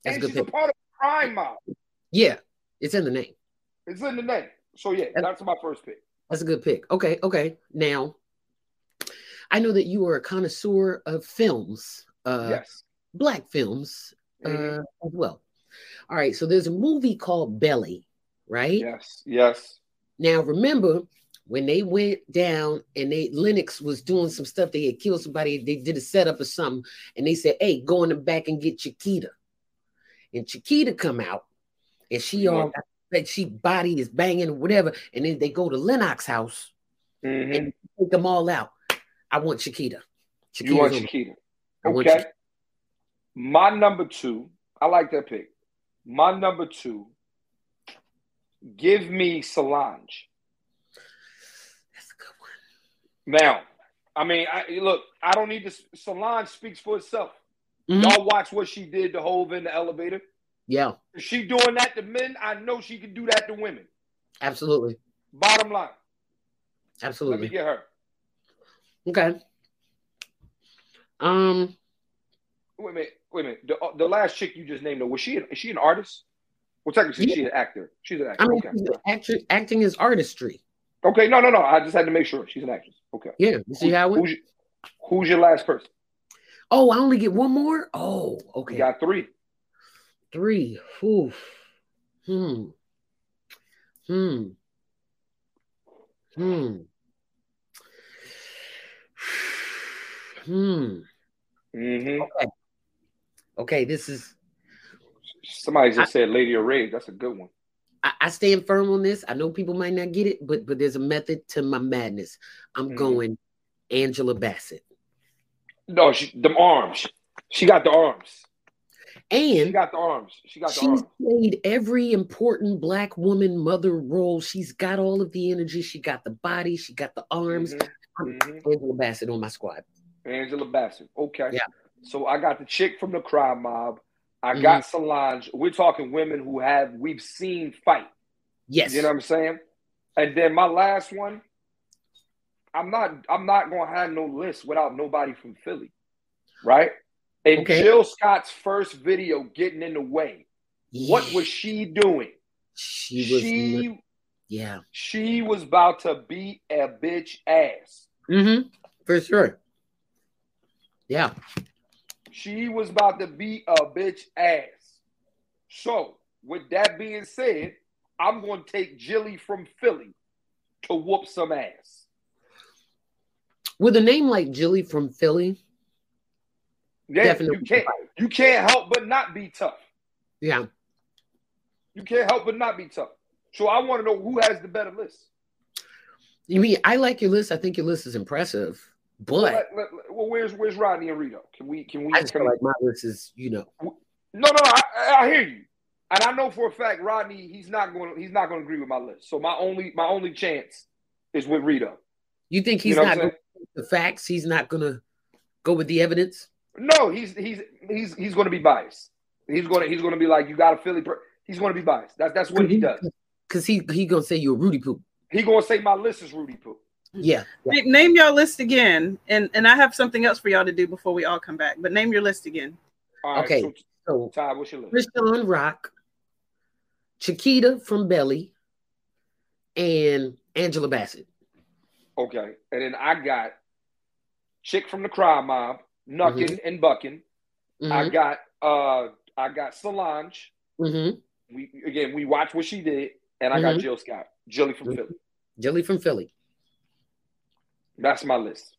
[SPEAKER 4] That's a
[SPEAKER 2] and
[SPEAKER 4] good
[SPEAKER 2] she's
[SPEAKER 4] pick.
[SPEAKER 2] a part of the crime mob.
[SPEAKER 4] Yeah, it's in the name.
[SPEAKER 2] It's in the name. So yeah,
[SPEAKER 4] That's-
[SPEAKER 2] that's my first pick.
[SPEAKER 4] That's a good pick. Okay, okay. Now, I know that you are a connoisseur of films, uh,
[SPEAKER 2] yes.
[SPEAKER 4] black films
[SPEAKER 2] Mhm.
[SPEAKER 4] uh, as well. All right, so there's a movie called Belly, right?
[SPEAKER 2] Yes. Yes.
[SPEAKER 4] Now remember when they went down and they Lennox was doing some stuff, they had killed somebody, they did a setup or something, and they said, Hey, go in the back and get Chiquita. And Chiquita come out and she all got that she body is banging or whatever. And then they go to Lennox house, Mm-hmm.
[SPEAKER 2] Mhm.
[SPEAKER 4] take them all out. I want Chiquita.
[SPEAKER 2] You want
[SPEAKER 4] on-
[SPEAKER 2] Chiquita.
[SPEAKER 4] I want
[SPEAKER 2] Okay. My number two, I like that pick. My number two, give me Solange.
[SPEAKER 4] That's a good one.
[SPEAKER 2] Now, I mean, I, look, I don't need to. Solange speaks for itself.
[SPEAKER 4] Mhm.
[SPEAKER 2] Y'all watch what she did to Hove in the elevator.
[SPEAKER 4] Yeah,
[SPEAKER 2] If she doing that to men, I know she can do that to women.
[SPEAKER 4] absolutely.
[SPEAKER 2] Bottom line, let me
[SPEAKER 4] Absolutely.
[SPEAKER 2] get her.
[SPEAKER 4] Okay. Um,
[SPEAKER 2] Wait a minute, wait a minute. The, uh, the last chick you just named, though, was she? An, is she an artist? Well, technically, she's an actor. She's an actor.
[SPEAKER 4] I mean,
[SPEAKER 2] okay.
[SPEAKER 4] actu- acting is artistry.
[SPEAKER 2] Okay. No, no, no. I just had to make sure she's an actress. Okay.
[SPEAKER 4] Yeah, you see how it went?
[SPEAKER 2] Who's, who's your last person?
[SPEAKER 4] Oh, I only get one more? Oh,
[SPEAKER 2] We
[SPEAKER 4] okay.
[SPEAKER 2] got three.
[SPEAKER 4] Three. Oof. Hmm. Hmm. Hmm. Hmm. Oh.
[SPEAKER 2] Mm-hmm.
[SPEAKER 4] Okay, this is
[SPEAKER 2] Somebody just said "Lady of Rage." That's a good one.
[SPEAKER 4] I, I stand firm on this. I know people might not get it, but but there's a method to my madness. I'm
[SPEAKER 2] Mhm.
[SPEAKER 4] going Angela Bassett.
[SPEAKER 2] No, she, them arms. She got the arms. She
[SPEAKER 4] And
[SPEAKER 2] got the arms. She got the
[SPEAKER 4] She's
[SPEAKER 2] arms.
[SPEAKER 4] played every important black woman mother role. She's got all of the energy. She got the body. She got the arms.
[SPEAKER 2] Mhm, mhm.
[SPEAKER 4] Angela Bassett on my squad.
[SPEAKER 2] Angela Bassett. Okay.
[SPEAKER 4] Yeah.
[SPEAKER 2] So I got the chick from the crime mob. I
[SPEAKER 4] Mm-hmm.
[SPEAKER 2] got Solange. We're talking women who have we've seen fight.
[SPEAKER 4] Yes.
[SPEAKER 2] You know what I'm saying? And then my last one. I'm not. I'm not gonna have no list without nobody from Philly, right? And
[SPEAKER 4] Okay.
[SPEAKER 2] Jill Scott's first video getting in the way. What
[SPEAKER 4] Yeah.
[SPEAKER 2] was she doing?
[SPEAKER 4] she was?
[SPEAKER 2] She
[SPEAKER 4] yeah.
[SPEAKER 2] She was about to beat a bitch ass.
[SPEAKER 4] Mm-hmm. For sure. Yeah.
[SPEAKER 2] She was about to beat a bitch ass. So, with that being said, I'm going to take Jilly from Philly to whoop some ass.
[SPEAKER 4] With a name like Jilly from Philly.
[SPEAKER 2] Yeah,
[SPEAKER 4] Definitely.
[SPEAKER 2] you can't you can't help but not be tough.
[SPEAKER 4] Yeah.
[SPEAKER 2] You can't help but not be tough. So I want to know who has the better list.
[SPEAKER 4] You mean I like your list. I think your list is impressive.
[SPEAKER 2] Well,
[SPEAKER 4] But
[SPEAKER 2] let- let- let- well, where's where's Rodney and Rito? Can we can we?
[SPEAKER 4] I just
[SPEAKER 2] can
[SPEAKER 4] feel like my list is, you know,
[SPEAKER 2] No, no, I, I I hear you, and I know for a fact Rodney he's not going to he's not going to agree with my list. So my only my only chance is with Rito.
[SPEAKER 4] you think he's
[SPEAKER 2] You know what
[SPEAKER 4] not
[SPEAKER 2] I'm
[SPEAKER 4] going to the facts. He's not gonna go with the evidence.
[SPEAKER 2] saying? No, he's he's he's he's going to be biased. He's going to he's going to be like you got a Philly. Per-. He's going to be biased. That's that's what he does.
[SPEAKER 4] Cause he he gonna say you're Rudy Poo.
[SPEAKER 2] He going to say my list is Rudy Poo.
[SPEAKER 4] Yeah.
[SPEAKER 5] Nick, name your list again, and and I have something else for y'all to do before we all come back. But name your list again.
[SPEAKER 2] All right,
[SPEAKER 4] Okay.
[SPEAKER 2] So
[SPEAKER 4] So
[SPEAKER 2] Ty, what's your list?
[SPEAKER 4] Krishan Rock, Chiquita from Belly, and Angela Bassett.
[SPEAKER 2] Okay. And then I got Chick from the Crime Mob, Nuckin and Buckin. I
[SPEAKER 4] Mhm,
[SPEAKER 2] got uh I got Solange.
[SPEAKER 4] mhm.
[SPEAKER 2] We again we watched what she did, and I got
[SPEAKER 4] Mhm.
[SPEAKER 2] Jill Scott, Jilly from
[SPEAKER 4] Mhm.
[SPEAKER 2] Philly.
[SPEAKER 4] Jilly from Philly.
[SPEAKER 2] That's my list.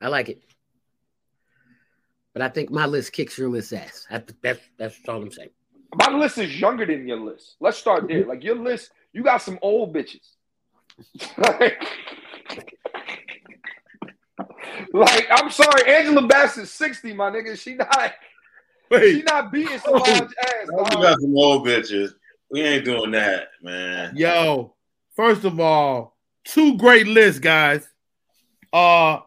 [SPEAKER 4] I like it. But I think my list kicks your list ass. I, that's that's all I'm saying.
[SPEAKER 2] My list is younger than your list. Let's start there. Like your list, you got some old bitches. like, like, I'm sorry, Angela Bassett's 60, my nigga. She not she
[SPEAKER 1] Wait,
[SPEAKER 2] not beating Solange's ass.
[SPEAKER 3] We
[SPEAKER 2] dog.
[SPEAKER 3] got some old bitches. We ain't doing that, man.
[SPEAKER 1] yo, first of all, two great lists, guys. Uh,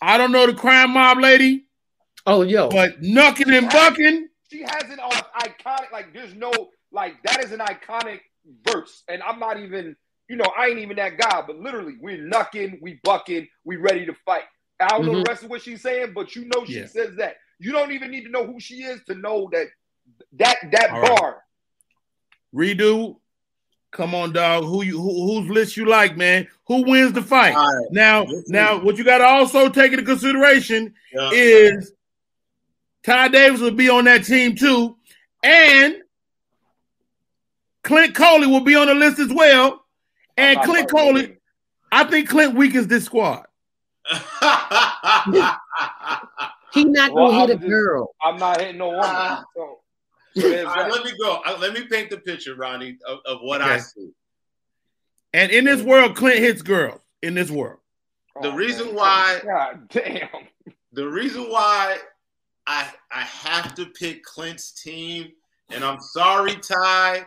[SPEAKER 1] I don't know the crime mob lady,
[SPEAKER 4] Oh yo,
[SPEAKER 1] but Nuckin and Buckin.
[SPEAKER 2] She has an uh, iconic, like there's no like that is an iconic verse. And I'm not even, you know, I ain't even that guy, but literally we're knucking, we bucking, we ready to fight. I don't
[SPEAKER 3] Mm-hmm.
[SPEAKER 2] know the rest of what she's saying, but you know she
[SPEAKER 1] Yeah.
[SPEAKER 2] says that. You don't even need to know who she is to know that that that
[SPEAKER 1] All right.
[SPEAKER 2] bar.
[SPEAKER 1] Redo. Come on, dog. Who you who, whose list you like, man? Who wins the fight?
[SPEAKER 3] All right,
[SPEAKER 1] Now,
[SPEAKER 3] This
[SPEAKER 1] now, what you got to also take into consideration
[SPEAKER 3] yeah.
[SPEAKER 1] is Ty Davis will be on that team too, and Clint Coley will be on the list as well. And
[SPEAKER 2] I'm not
[SPEAKER 1] Clint
[SPEAKER 2] fucking with
[SPEAKER 1] Coley,
[SPEAKER 2] him.
[SPEAKER 1] I think Clint weakens this squad.
[SPEAKER 4] he not
[SPEAKER 2] Well,
[SPEAKER 4] gonna
[SPEAKER 2] I'm
[SPEAKER 4] hit a
[SPEAKER 2] just-
[SPEAKER 4] girl.
[SPEAKER 2] I'm not hitting no woman. So, so
[SPEAKER 3] All
[SPEAKER 2] there's
[SPEAKER 3] right,
[SPEAKER 2] that.
[SPEAKER 3] let me go. Uh, Let me paint the picture, Ronnie, of, of what I
[SPEAKER 1] Okay.
[SPEAKER 3] see.
[SPEAKER 1] And in this world, Clint hits girls. In this world,
[SPEAKER 3] The
[SPEAKER 2] Oh,
[SPEAKER 3] reason
[SPEAKER 2] man.
[SPEAKER 3] why-
[SPEAKER 2] God damn.
[SPEAKER 3] The reason why I I have to pick Clint's team, and I'm sorry, Ty.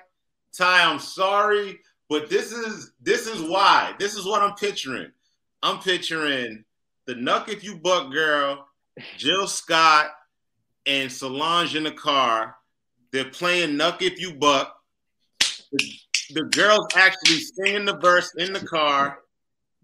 [SPEAKER 3] Ty, I'm sorry, but this is this is why. This is what I'm picturing. I'm picturing the Nuck If You Buck girl, Jill Scott, and Solange in the car. They're playing Nuck If You Buck. The, the girls actually singing the verse in the car.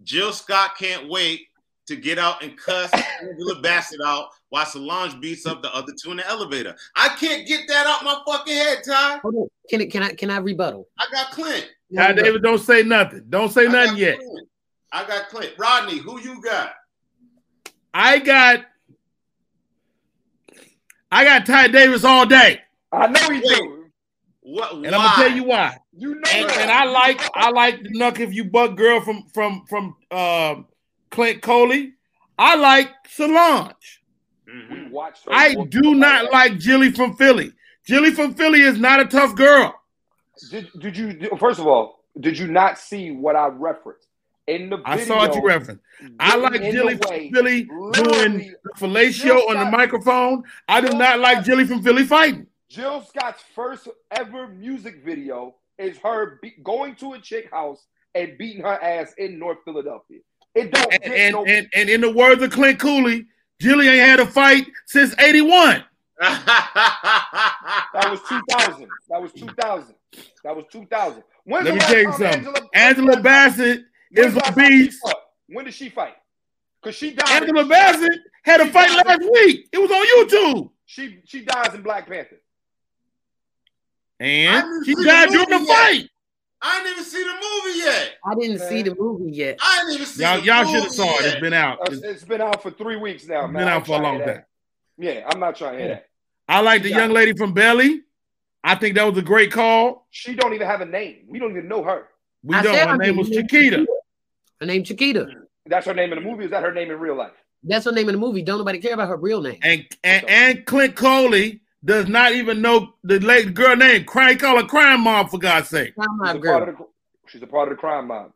[SPEAKER 3] Jill Scott can't wait to get out and cuss Angela Bassett out while Solange beats up the other two in the elevator. I can't get that out my fucking head, Ty.
[SPEAKER 4] Hold on. Can it? Can I? Can I rebuttal?
[SPEAKER 3] I got Clint.
[SPEAKER 1] Ty Davis don't say nothing. Don't say
[SPEAKER 3] I
[SPEAKER 1] nothing
[SPEAKER 3] got
[SPEAKER 1] yet.
[SPEAKER 3] Clint. I got Clint. Rodney, who you got?
[SPEAKER 1] I got, I got Ty Davis all day,
[SPEAKER 2] I know he
[SPEAKER 3] Wait.
[SPEAKER 2] do.
[SPEAKER 3] What?
[SPEAKER 1] and
[SPEAKER 3] why?
[SPEAKER 1] I'm gonna tell you why.
[SPEAKER 2] You know
[SPEAKER 1] and,
[SPEAKER 2] that.
[SPEAKER 1] and I like I like the Nuck if you buck girl from from from um Clint Coley. I like Solange.
[SPEAKER 2] We
[SPEAKER 3] Mhm.
[SPEAKER 2] watched her
[SPEAKER 1] I
[SPEAKER 2] whoop
[SPEAKER 1] do not
[SPEAKER 2] somebody.
[SPEAKER 1] like Jilly from Philly. Jilly from Philly is not a tough girl.
[SPEAKER 2] Did, did you first of all? Did you not see what I referenced in the video?
[SPEAKER 1] I saw what you reference. I
[SPEAKER 2] getting
[SPEAKER 1] like
[SPEAKER 2] in
[SPEAKER 1] Jilly
[SPEAKER 2] the
[SPEAKER 1] from
[SPEAKER 2] way,
[SPEAKER 1] Philly doing
[SPEAKER 2] literally,
[SPEAKER 1] the fellatio
[SPEAKER 2] Jill
[SPEAKER 1] on the
[SPEAKER 2] Scott-
[SPEAKER 1] microphone. I do
[SPEAKER 2] Jill
[SPEAKER 1] not like
[SPEAKER 2] Scott-
[SPEAKER 1] Jilly from Philly fighting.
[SPEAKER 2] Jill Scott's first ever music video is her be- going to a chick house and beating her ass in North Philadelphia. It don't
[SPEAKER 1] And
[SPEAKER 2] get
[SPEAKER 1] and,
[SPEAKER 2] no.
[SPEAKER 1] and and in the words of Clint Cooley, Jilly ain't had a fight since 81.
[SPEAKER 2] that was two thousand. That was two thousand. That was two thousand. When
[SPEAKER 1] Let me tell you something. Angela Bassett is a beast.
[SPEAKER 2] When did she fight? Cause she died.
[SPEAKER 1] Angela Bassett had a fight last week. It was on YouTube.
[SPEAKER 2] She she dies in Black Panther.
[SPEAKER 3] I
[SPEAKER 1] And
[SPEAKER 3] didn't
[SPEAKER 1] she
[SPEAKER 3] see
[SPEAKER 1] died
[SPEAKER 3] the
[SPEAKER 1] during the
[SPEAKER 3] movie yet.
[SPEAKER 1] fight.
[SPEAKER 3] I ain't even seen the movie yet.
[SPEAKER 4] I didn't see
[SPEAKER 2] Okay.
[SPEAKER 4] the movie yet.
[SPEAKER 3] I ain't even seen
[SPEAKER 1] Y'all,
[SPEAKER 3] the
[SPEAKER 1] y'all
[SPEAKER 3] movie
[SPEAKER 1] should have saw it. It's
[SPEAKER 3] yet.
[SPEAKER 1] been out.
[SPEAKER 2] Uh,
[SPEAKER 1] It's
[SPEAKER 2] it's been out for three weeks now, man.
[SPEAKER 1] been
[SPEAKER 2] I'm
[SPEAKER 1] out for a
[SPEAKER 2] trying to
[SPEAKER 1] long
[SPEAKER 2] hear
[SPEAKER 1] time.
[SPEAKER 2] that. Yeah, I'm not trying to hear that.
[SPEAKER 1] I like the young lady from Belly. I think that was a great call.
[SPEAKER 2] She don't even have a name. We don't even know her.
[SPEAKER 1] We
[SPEAKER 4] I
[SPEAKER 1] don't.
[SPEAKER 4] said
[SPEAKER 1] Her
[SPEAKER 4] I
[SPEAKER 1] name
[SPEAKER 4] didn't
[SPEAKER 1] was
[SPEAKER 4] know
[SPEAKER 1] Chiquita.
[SPEAKER 4] Her name Chiquita.
[SPEAKER 2] That's her name in the movie. Is that her name in real life?
[SPEAKER 4] That's her name in the movie. Don't nobody care about her real name.
[SPEAKER 1] And and, and Clint Coley does not even know the late girl name. Crime call her crime mob for God's sake.
[SPEAKER 4] Crime
[SPEAKER 2] She's
[SPEAKER 4] Mob
[SPEAKER 2] a, part
[SPEAKER 4] girl.
[SPEAKER 2] of the, she's a part of the crime mob.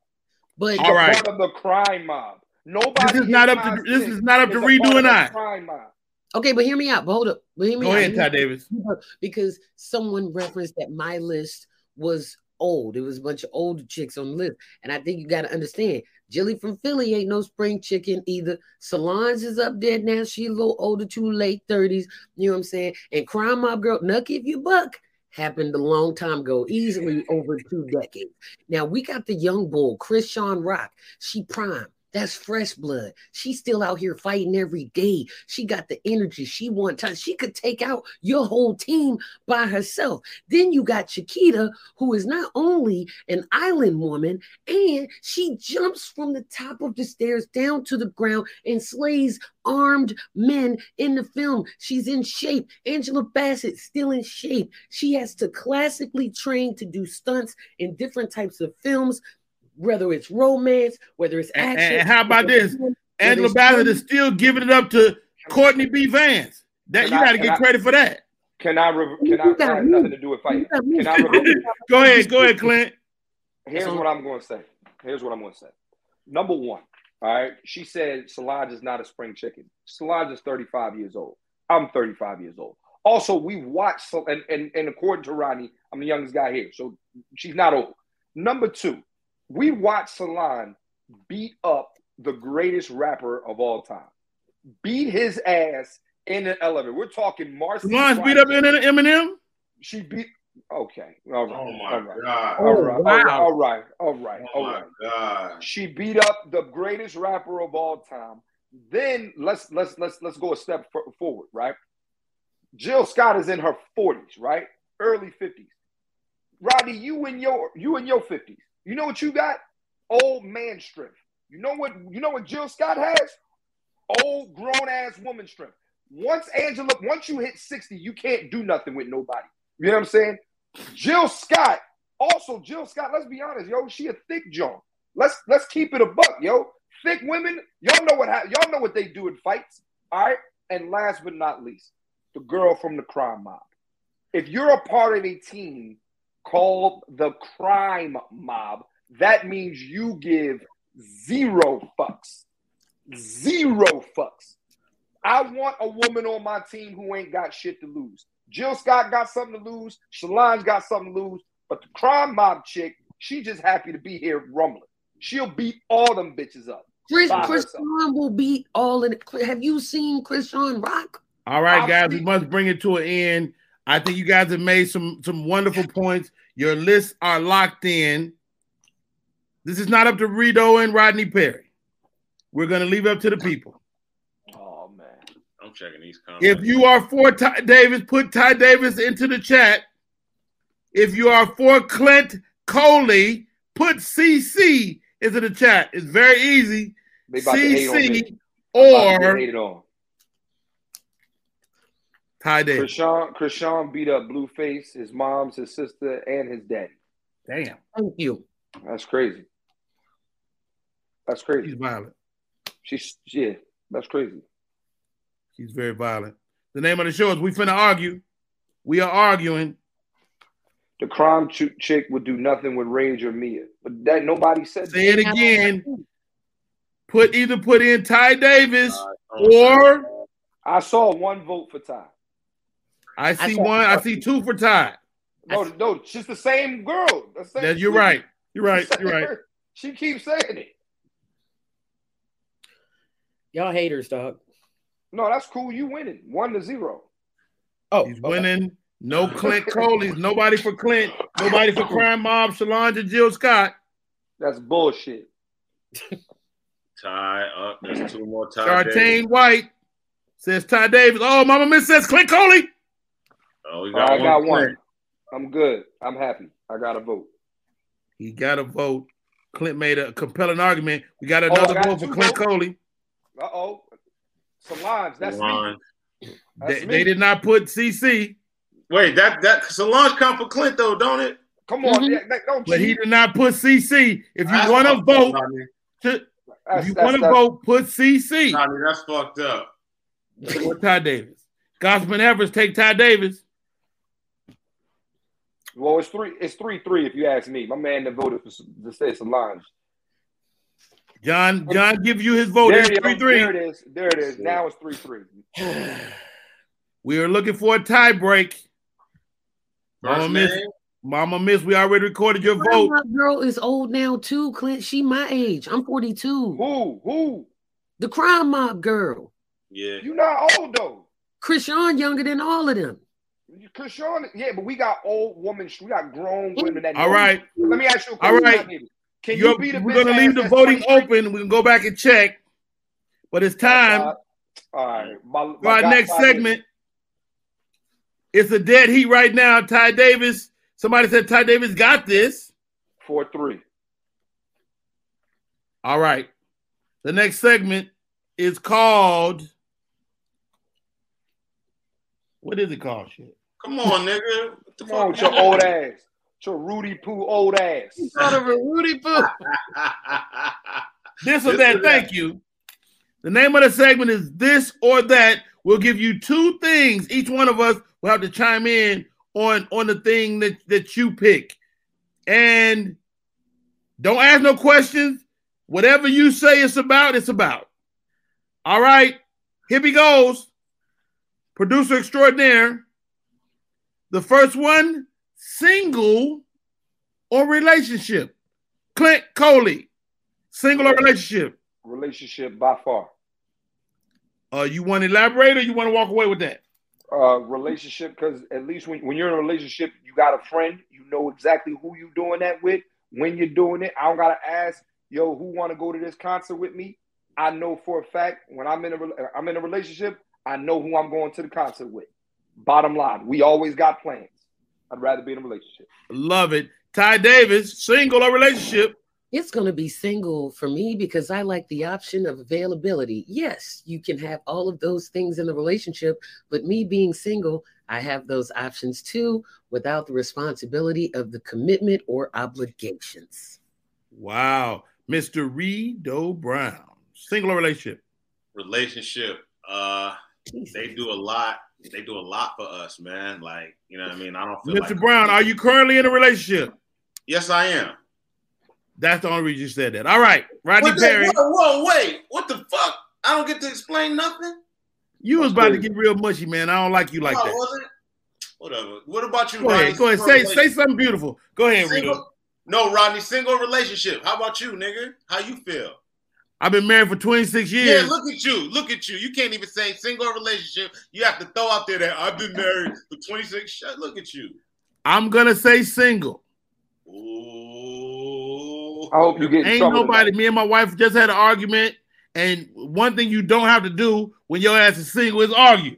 [SPEAKER 4] But
[SPEAKER 1] All right.
[SPEAKER 2] Part of the crime mob. Nobody.
[SPEAKER 1] This is not up to this is not up to redo and I.
[SPEAKER 2] Crime mob.
[SPEAKER 4] okay, but hear me out. But hold up. But hear me
[SPEAKER 1] Go
[SPEAKER 4] out.
[SPEAKER 1] ahead,
[SPEAKER 4] Hear
[SPEAKER 1] Ty
[SPEAKER 4] me
[SPEAKER 1] Davis.
[SPEAKER 4] out. Because someone referenced that my list was old. It was a bunch of old chicks on the list. And I think you gotta understand Jilly from Philly ain't no spring chicken either. Solange is up there now. She a little older too, late 30s. You know what I'm saying? And Crime Mob Girl, Nucky if you buck, happened a long time ago, easily over two decades. Now we got the young bull, Chris Sean Rock. She prime. That's fresh blood. She's still out here fighting every day. She got the energy. She want time. She could take out your whole team by herself. Then you got Chiquita, who is not only an island woman, and she jumps from the top of the stairs down to the ground and slays armed men in the film. She's in shape. Angela Bassett still in shape. She has to classically train to do stunts in different types of films, whether it's romance, whether it's
[SPEAKER 1] And-
[SPEAKER 4] action.
[SPEAKER 1] and how about
[SPEAKER 4] whether
[SPEAKER 1] this?
[SPEAKER 4] it's-
[SPEAKER 1] Angela
[SPEAKER 4] it's
[SPEAKER 1] Bassett
[SPEAKER 4] true.
[SPEAKER 1] is still giving it up to Courtney B. Vance. That you
[SPEAKER 2] Can I-
[SPEAKER 1] got to
[SPEAKER 2] can
[SPEAKER 1] get
[SPEAKER 2] I-
[SPEAKER 1] credit for that.
[SPEAKER 2] Can I? Re-
[SPEAKER 4] You
[SPEAKER 2] can I? That
[SPEAKER 4] got
[SPEAKER 2] has
[SPEAKER 4] me.
[SPEAKER 2] nothing to do with fighting. Can I? Re-
[SPEAKER 1] Go ahead, go ahead, Clint.
[SPEAKER 2] Here's
[SPEAKER 4] So-
[SPEAKER 2] what I'm going to say. Here's what I'm going to say. Number one, all right. She said Solange is not a spring chicken. Solange is 35 years old. I'm 35 years old. Also, we watched, Sol- and, and, and according to Rodney, I'm the youngest guy here, so she's not old. Number two, we watched Solange beat up the greatest rapper of all time, beat his ass in an elevator. We're talking Marcy.
[SPEAKER 1] Solange beat
[SPEAKER 2] Price.
[SPEAKER 1] up Eminem.
[SPEAKER 2] She beat. Okay. All right.
[SPEAKER 3] Oh my
[SPEAKER 2] all right.
[SPEAKER 3] god.
[SPEAKER 2] All right, all right,
[SPEAKER 4] wow.
[SPEAKER 2] all right, all right,
[SPEAKER 3] Oh
[SPEAKER 2] all
[SPEAKER 3] my
[SPEAKER 2] right.
[SPEAKER 3] god.
[SPEAKER 2] She beat up the greatest rapper of all time. Then let's let's let's let's go a step f- forward, right? Jill Scott is in her 40s, right? Early 50s. Rodney, you in your you in your 50s. You know what you got? Old man strength. You know what you know what Jill Scott has? Old grown ass woman strength. Once Angela, once you hit 60, you can't do nothing with nobody. You know what I'm saying? Jill Scott, also Jill Scott, let's be honest, yo, she a thick John. Let's let's keep it a buck, yo. Thick women, y'all know what hap- y'all know what they do in fights, all right. And last but not least, the girl from the crime mob. If you're a part of a team called the crime mob, that means you give zero fucks, zero fucks. I want a woman on my team who ain't got shit to lose. Jill Scott got something to lose. Shalon's got something to lose. But the crime mob chick, she just happy to be here rumbling. She'll beat all them bitches up.
[SPEAKER 4] Chris,
[SPEAKER 2] By
[SPEAKER 4] Chris
[SPEAKER 2] herself.
[SPEAKER 4] Sean will beat all in. Have you seen Chris Sean rock?
[SPEAKER 1] All right,
[SPEAKER 2] I'll
[SPEAKER 1] guys, we
[SPEAKER 2] see.
[SPEAKER 1] must bring it to an end. I think you guys have made some some wonderful points. Your lists are locked in. This is not up to Rito and Rodney Perry. We're gonna leave it up to the people.
[SPEAKER 2] Oh man.
[SPEAKER 3] I'm checking these comments.
[SPEAKER 1] If you are for Ty Davis, put Ty Davis into the chat. If you are for Clint Coley, put CC into the chat. It's very easy.
[SPEAKER 2] They about to hate on me.
[SPEAKER 1] CC
[SPEAKER 2] About to get
[SPEAKER 1] or
[SPEAKER 2] hated on.
[SPEAKER 1] Ty Davis.
[SPEAKER 2] Krishan, Krishan beat up Blueface, his mom's, his sister, and his daddy.
[SPEAKER 1] Damn,
[SPEAKER 4] Thank you.
[SPEAKER 2] That's crazy. That's
[SPEAKER 1] he's
[SPEAKER 2] crazy.
[SPEAKER 1] violent.
[SPEAKER 2] She's yeah, that's crazy.
[SPEAKER 1] He's very violent. The name of the show is We Finna Argue. We are arguing.
[SPEAKER 2] The crime ch- chick would do nothing with Rage or Mia, but that nobody said that.
[SPEAKER 1] Say it again. Put either put in Ty Davis
[SPEAKER 2] Uh,
[SPEAKER 3] Oh,
[SPEAKER 1] or
[SPEAKER 2] I saw one vote for Ty.
[SPEAKER 1] I see one. I see two for Ty.
[SPEAKER 2] No, no, she's the same girl. That's the same
[SPEAKER 1] That- you're right. You're right. You're right.
[SPEAKER 2] She keeps saying it.
[SPEAKER 4] Y'all haters, dog.
[SPEAKER 2] No, that's cool. You winning one to zero.
[SPEAKER 4] Oh,
[SPEAKER 1] He's winning. No Clint Coley's. Nobody for Clint. Nobody for Crime Mob. Shalonda and Jill Scott.
[SPEAKER 2] That's bullshit.
[SPEAKER 3] tie up. There's two more ties.
[SPEAKER 1] Chartane White says Ty Davis. Oh, Mama Miss says Clint Coley.
[SPEAKER 3] Oh, we
[SPEAKER 2] All right, I got
[SPEAKER 3] more.
[SPEAKER 2] one. I'm good. I'm happy. I got a vote.
[SPEAKER 1] He got a vote. Clint made a compelling argument. We got
[SPEAKER 2] Oh, I
[SPEAKER 1] another
[SPEAKER 2] got
[SPEAKER 1] vote for
[SPEAKER 2] two
[SPEAKER 1] Clint
[SPEAKER 2] votes.
[SPEAKER 1] Coley.
[SPEAKER 2] Uh oh. Solange, that's me.
[SPEAKER 3] Solange.
[SPEAKER 2] That's
[SPEAKER 1] They,
[SPEAKER 2] me.
[SPEAKER 1] they did not put CC,
[SPEAKER 3] Wait, that that Solange come for Clint though, don't it?
[SPEAKER 2] Come on,
[SPEAKER 4] Mhm.
[SPEAKER 2] yeah, that- don't
[SPEAKER 1] but he
[SPEAKER 2] cheat.
[SPEAKER 1] did not put CC. If
[SPEAKER 3] That's
[SPEAKER 1] you want to
[SPEAKER 3] fucked up,
[SPEAKER 1] vote,
[SPEAKER 3] Rodney.
[SPEAKER 1] to,
[SPEAKER 2] That's-
[SPEAKER 1] if you
[SPEAKER 2] that's-
[SPEAKER 1] want to
[SPEAKER 2] that's-
[SPEAKER 1] vote, put CC
[SPEAKER 3] Rodney, that's fucked up.
[SPEAKER 1] or Ty Davis. Gospel Evers take Ty Davis.
[SPEAKER 2] Well, it's three. It's three three. If you ask me, my man that voted for to say Solange.
[SPEAKER 1] John John give you his vote.
[SPEAKER 2] there,
[SPEAKER 1] Oh, It's
[SPEAKER 2] it
[SPEAKER 1] three
[SPEAKER 2] is, there
[SPEAKER 1] three.
[SPEAKER 2] it is. There it is. Now it's three three.
[SPEAKER 1] We are looking for a tie break. Mama
[SPEAKER 3] First
[SPEAKER 1] Miss,
[SPEAKER 3] name,
[SPEAKER 1] Mama Miss, we already recorded your vote.
[SPEAKER 4] My girl is old now too, Clint. She my age. I'm 42.
[SPEAKER 2] Who? Who?
[SPEAKER 4] The crime mob girl.
[SPEAKER 3] yeah.
[SPEAKER 2] You not old though.
[SPEAKER 4] Chris Sean younger than all of them.
[SPEAKER 2] Krishan, yeah, but we got old woman. We got grown women that.
[SPEAKER 1] All right.
[SPEAKER 2] Let me ask you. A
[SPEAKER 1] All
[SPEAKER 2] question,
[SPEAKER 1] right.
[SPEAKER 2] my nigga. Can
[SPEAKER 1] You're-
[SPEAKER 2] you be the
[SPEAKER 1] we're
[SPEAKER 2] bitch
[SPEAKER 1] gonna
[SPEAKER 2] ass
[SPEAKER 1] leave the
[SPEAKER 2] that's
[SPEAKER 1] voting
[SPEAKER 2] 23?
[SPEAKER 1] open. We can go back and check. But it's time
[SPEAKER 2] Uh, All right. My, my
[SPEAKER 1] for our
[SPEAKER 2] God-
[SPEAKER 1] next
[SPEAKER 2] God-
[SPEAKER 1] segment. It's a dead heat right now. Ty Davis. Somebody said Ty Davis got this.
[SPEAKER 2] Four three.
[SPEAKER 1] All right. The next segment is called. What is it called? Shit.
[SPEAKER 3] Come on, nigga. What the
[SPEAKER 2] Come on, with
[SPEAKER 3] fuck?
[SPEAKER 2] your old ass. With Your Rudy Poo old ass.
[SPEAKER 4] Sort of a Rudy Poo.
[SPEAKER 1] This or
[SPEAKER 3] This
[SPEAKER 1] that.
[SPEAKER 3] or that.
[SPEAKER 1] Thank you. The name of the segment is this or that. We'll give you two things. Each one of us will have to chime in on on the thing that that you pick. And don't ask no questions. Whatever you say it's about, it's about. All right. Here he goes. Producer extraordinaire. The first one, single or relationship. Clint Coley, single or relationship.
[SPEAKER 2] Relationship by far.
[SPEAKER 1] Uh, you want to elaborate or you want to walk away with that?
[SPEAKER 2] Uh, relationship because at least when, when you're in a relationship, you got a friend. You know exactly who you doing that with, when you're doing it. I don't gotta ask, yo, who want to go to this concert with me? I know for a fact when I'm in a re- I'm in a relationship, I know who I'm going to the concert with. Bottom line, we always got plans. I'd rather be in a relationship.
[SPEAKER 1] Love it. Ty Davis, single or relationship.
[SPEAKER 4] It's going to be single for me because I like the option of availability. Yes, you can have all of those things in the relationship, but me being single, I have those options too without the responsibility of the commitment or obligations.
[SPEAKER 1] Wow. Mr. Reed O. Brown, single or relationship.
[SPEAKER 3] Relationship. Uh,
[SPEAKER 4] Jesus.
[SPEAKER 3] they do a lot. They do a lot for us, man. Like, you know what I mean? I don't feel
[SPEAKER 1] Mr.
[SPEAKER 3] like
[SPEAKER 1] Brown, are you currently in a relationship?
[SPEAKER 3] Yes, I am.
[SPEAKER 1] That's the only reason you said that. All right. Rodney
[SPEAKER 3] What the-
[SPEAKER 1] Perry,
[SPEAKER 3] whoa, whoa, wait. What the fuck? I don't get to explain nothing?
[SPEAKER 1] you was about to get real mushy, man. I don't like you like
[SPEAKER 3] No, I
[SPEAKER 1] that.
[SPEAKER 3] wasn't. Whatever. What about you,
[SPEAKER 1] Go ahead. Go ahead. Say, say something beautiful. Go ahead, Rito.
[SPEAKER 3] oh, Single- No, Rodney, single relationship. How about you, nigga? How you feel?
[SPEAKER 1] I've been married for 26
[SPEAKER 3] Yeah,
[SPEAKER 1] years.
[SPEAKER 3] look at you. Look at you. You can't even say single relationship. You have to throw out there that I've been married for 26. Shut, look at you.
[SPEAKER 1] I'm going to say single.
[SPEAKER 3] Ooh.
[SPEAKER 2] I hope you get in
[SPEAKER 1] Ain't
[SPEAKER 2] trouble
[SPEAKER 1] nobody.
[SPEAKER 2] tonight.
[SPEAKER 1] Me and my wife just had an argument. And one thing you don't have to do when your ass is single is argue.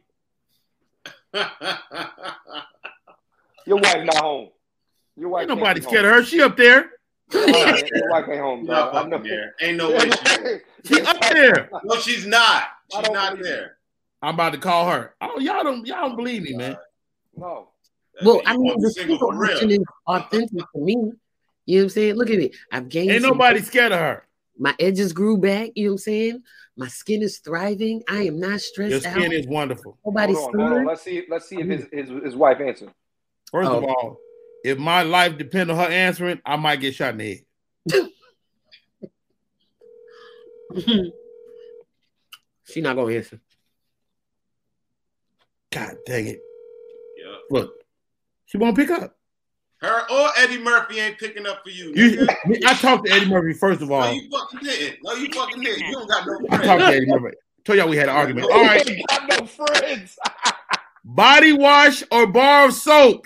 [SPEAKER 2] Your wife not home. Your wife
[SPEAKER 1] Ain't
[SPEAKER 2] can't
[SPEAKER 1] nobody
[SPEAKER 2] be
[SPEAKER 1] scared of
[SPEAKER 2] home.
[SPEAKER 1] her. She up there.
[SPEAKER 2] Your wife- Your wife ain't home,
[SPEAKER 3] She's
[SPEAKER 2] dog. I
[SPEAKER 3] not
[SPEAKER 2] know.
[SPEAKER 3] fucking there. Ain't no way she's there.
[SPEAKER 1] She up there.
[SPEAKER 3] No, she's
[SPEAKER 2] I
[SPEAKER 3] not. She's
[SPEAKER 2] don't
[SPEAKER 3] not
[SPEAKER 2] believe
[SPEAKER 3] there.
[SPEAKER 1] I'm about to call her. Oh, y'all don't y'all don't believe me, man.
[SPEAKER 2] No.
[SPEAKER 4] Well,
[SPEAKER 3] You
[SPEAKER 4] I mean,
[SPEAKER 3] want
[SPEAKER 4] the
[SPEAKER 3] single
[SPEAKER 4] single
[SPEAKER 3] for real.
[SPEAKER 4] option is authentic to me. You know what I'm saying? Look at me. I've gained
[SPEAKER 1] Ain't
[SPEAKER 4] some-
[SPEAKER 1] nobody scared of her.
[SPEAKER 4] My edges grew back. You know what I'm saying? My skin is thriving. I am not
[SPEAKER 1] Your
[SPEAKER 4] stressed out.
[SPEAKER 1] skin is wonderful.
[SPEAKER 4] Nobody's
[SPEAKER 2] Hold on, hold on.
[SPEAKER 4] scared.
[SPEAKER 2] Let's see. Let's see if his, his, his wife answers.
[SPEAKER 1] First of
[SPEAKER 4] Oh.
[SPEAKER 1] all, if my life depended on her answering, I might get shot in the head.
[SPEAKER 4] She's not gonna answer.
[SPEAKER 1] God dang it.
[SPEAKER 3] Yeah.
[SPEAKER 1] Look, she won't pick up.
[SPEAKER 3] Her or Eddie Murphy ain't picking up for you.
[SPEAKER 1] You,
[SPEAKER 3] Nigga.
[SPEAKER 1] I talked to Eddie Murphy first of all.
[SPEAKER 3] No, you fucking didn't. No, you fucking didn't. You don't got no
[SPEAKER 1] I talked
[SPEAKER 3] friends.
[SPEAKER 1] to Eddie Murphy. Told y'all we had an argument. All right.
[SPEAKER 2] He ain't got no friends.
[SPEAKER 1] body wash or bar of soap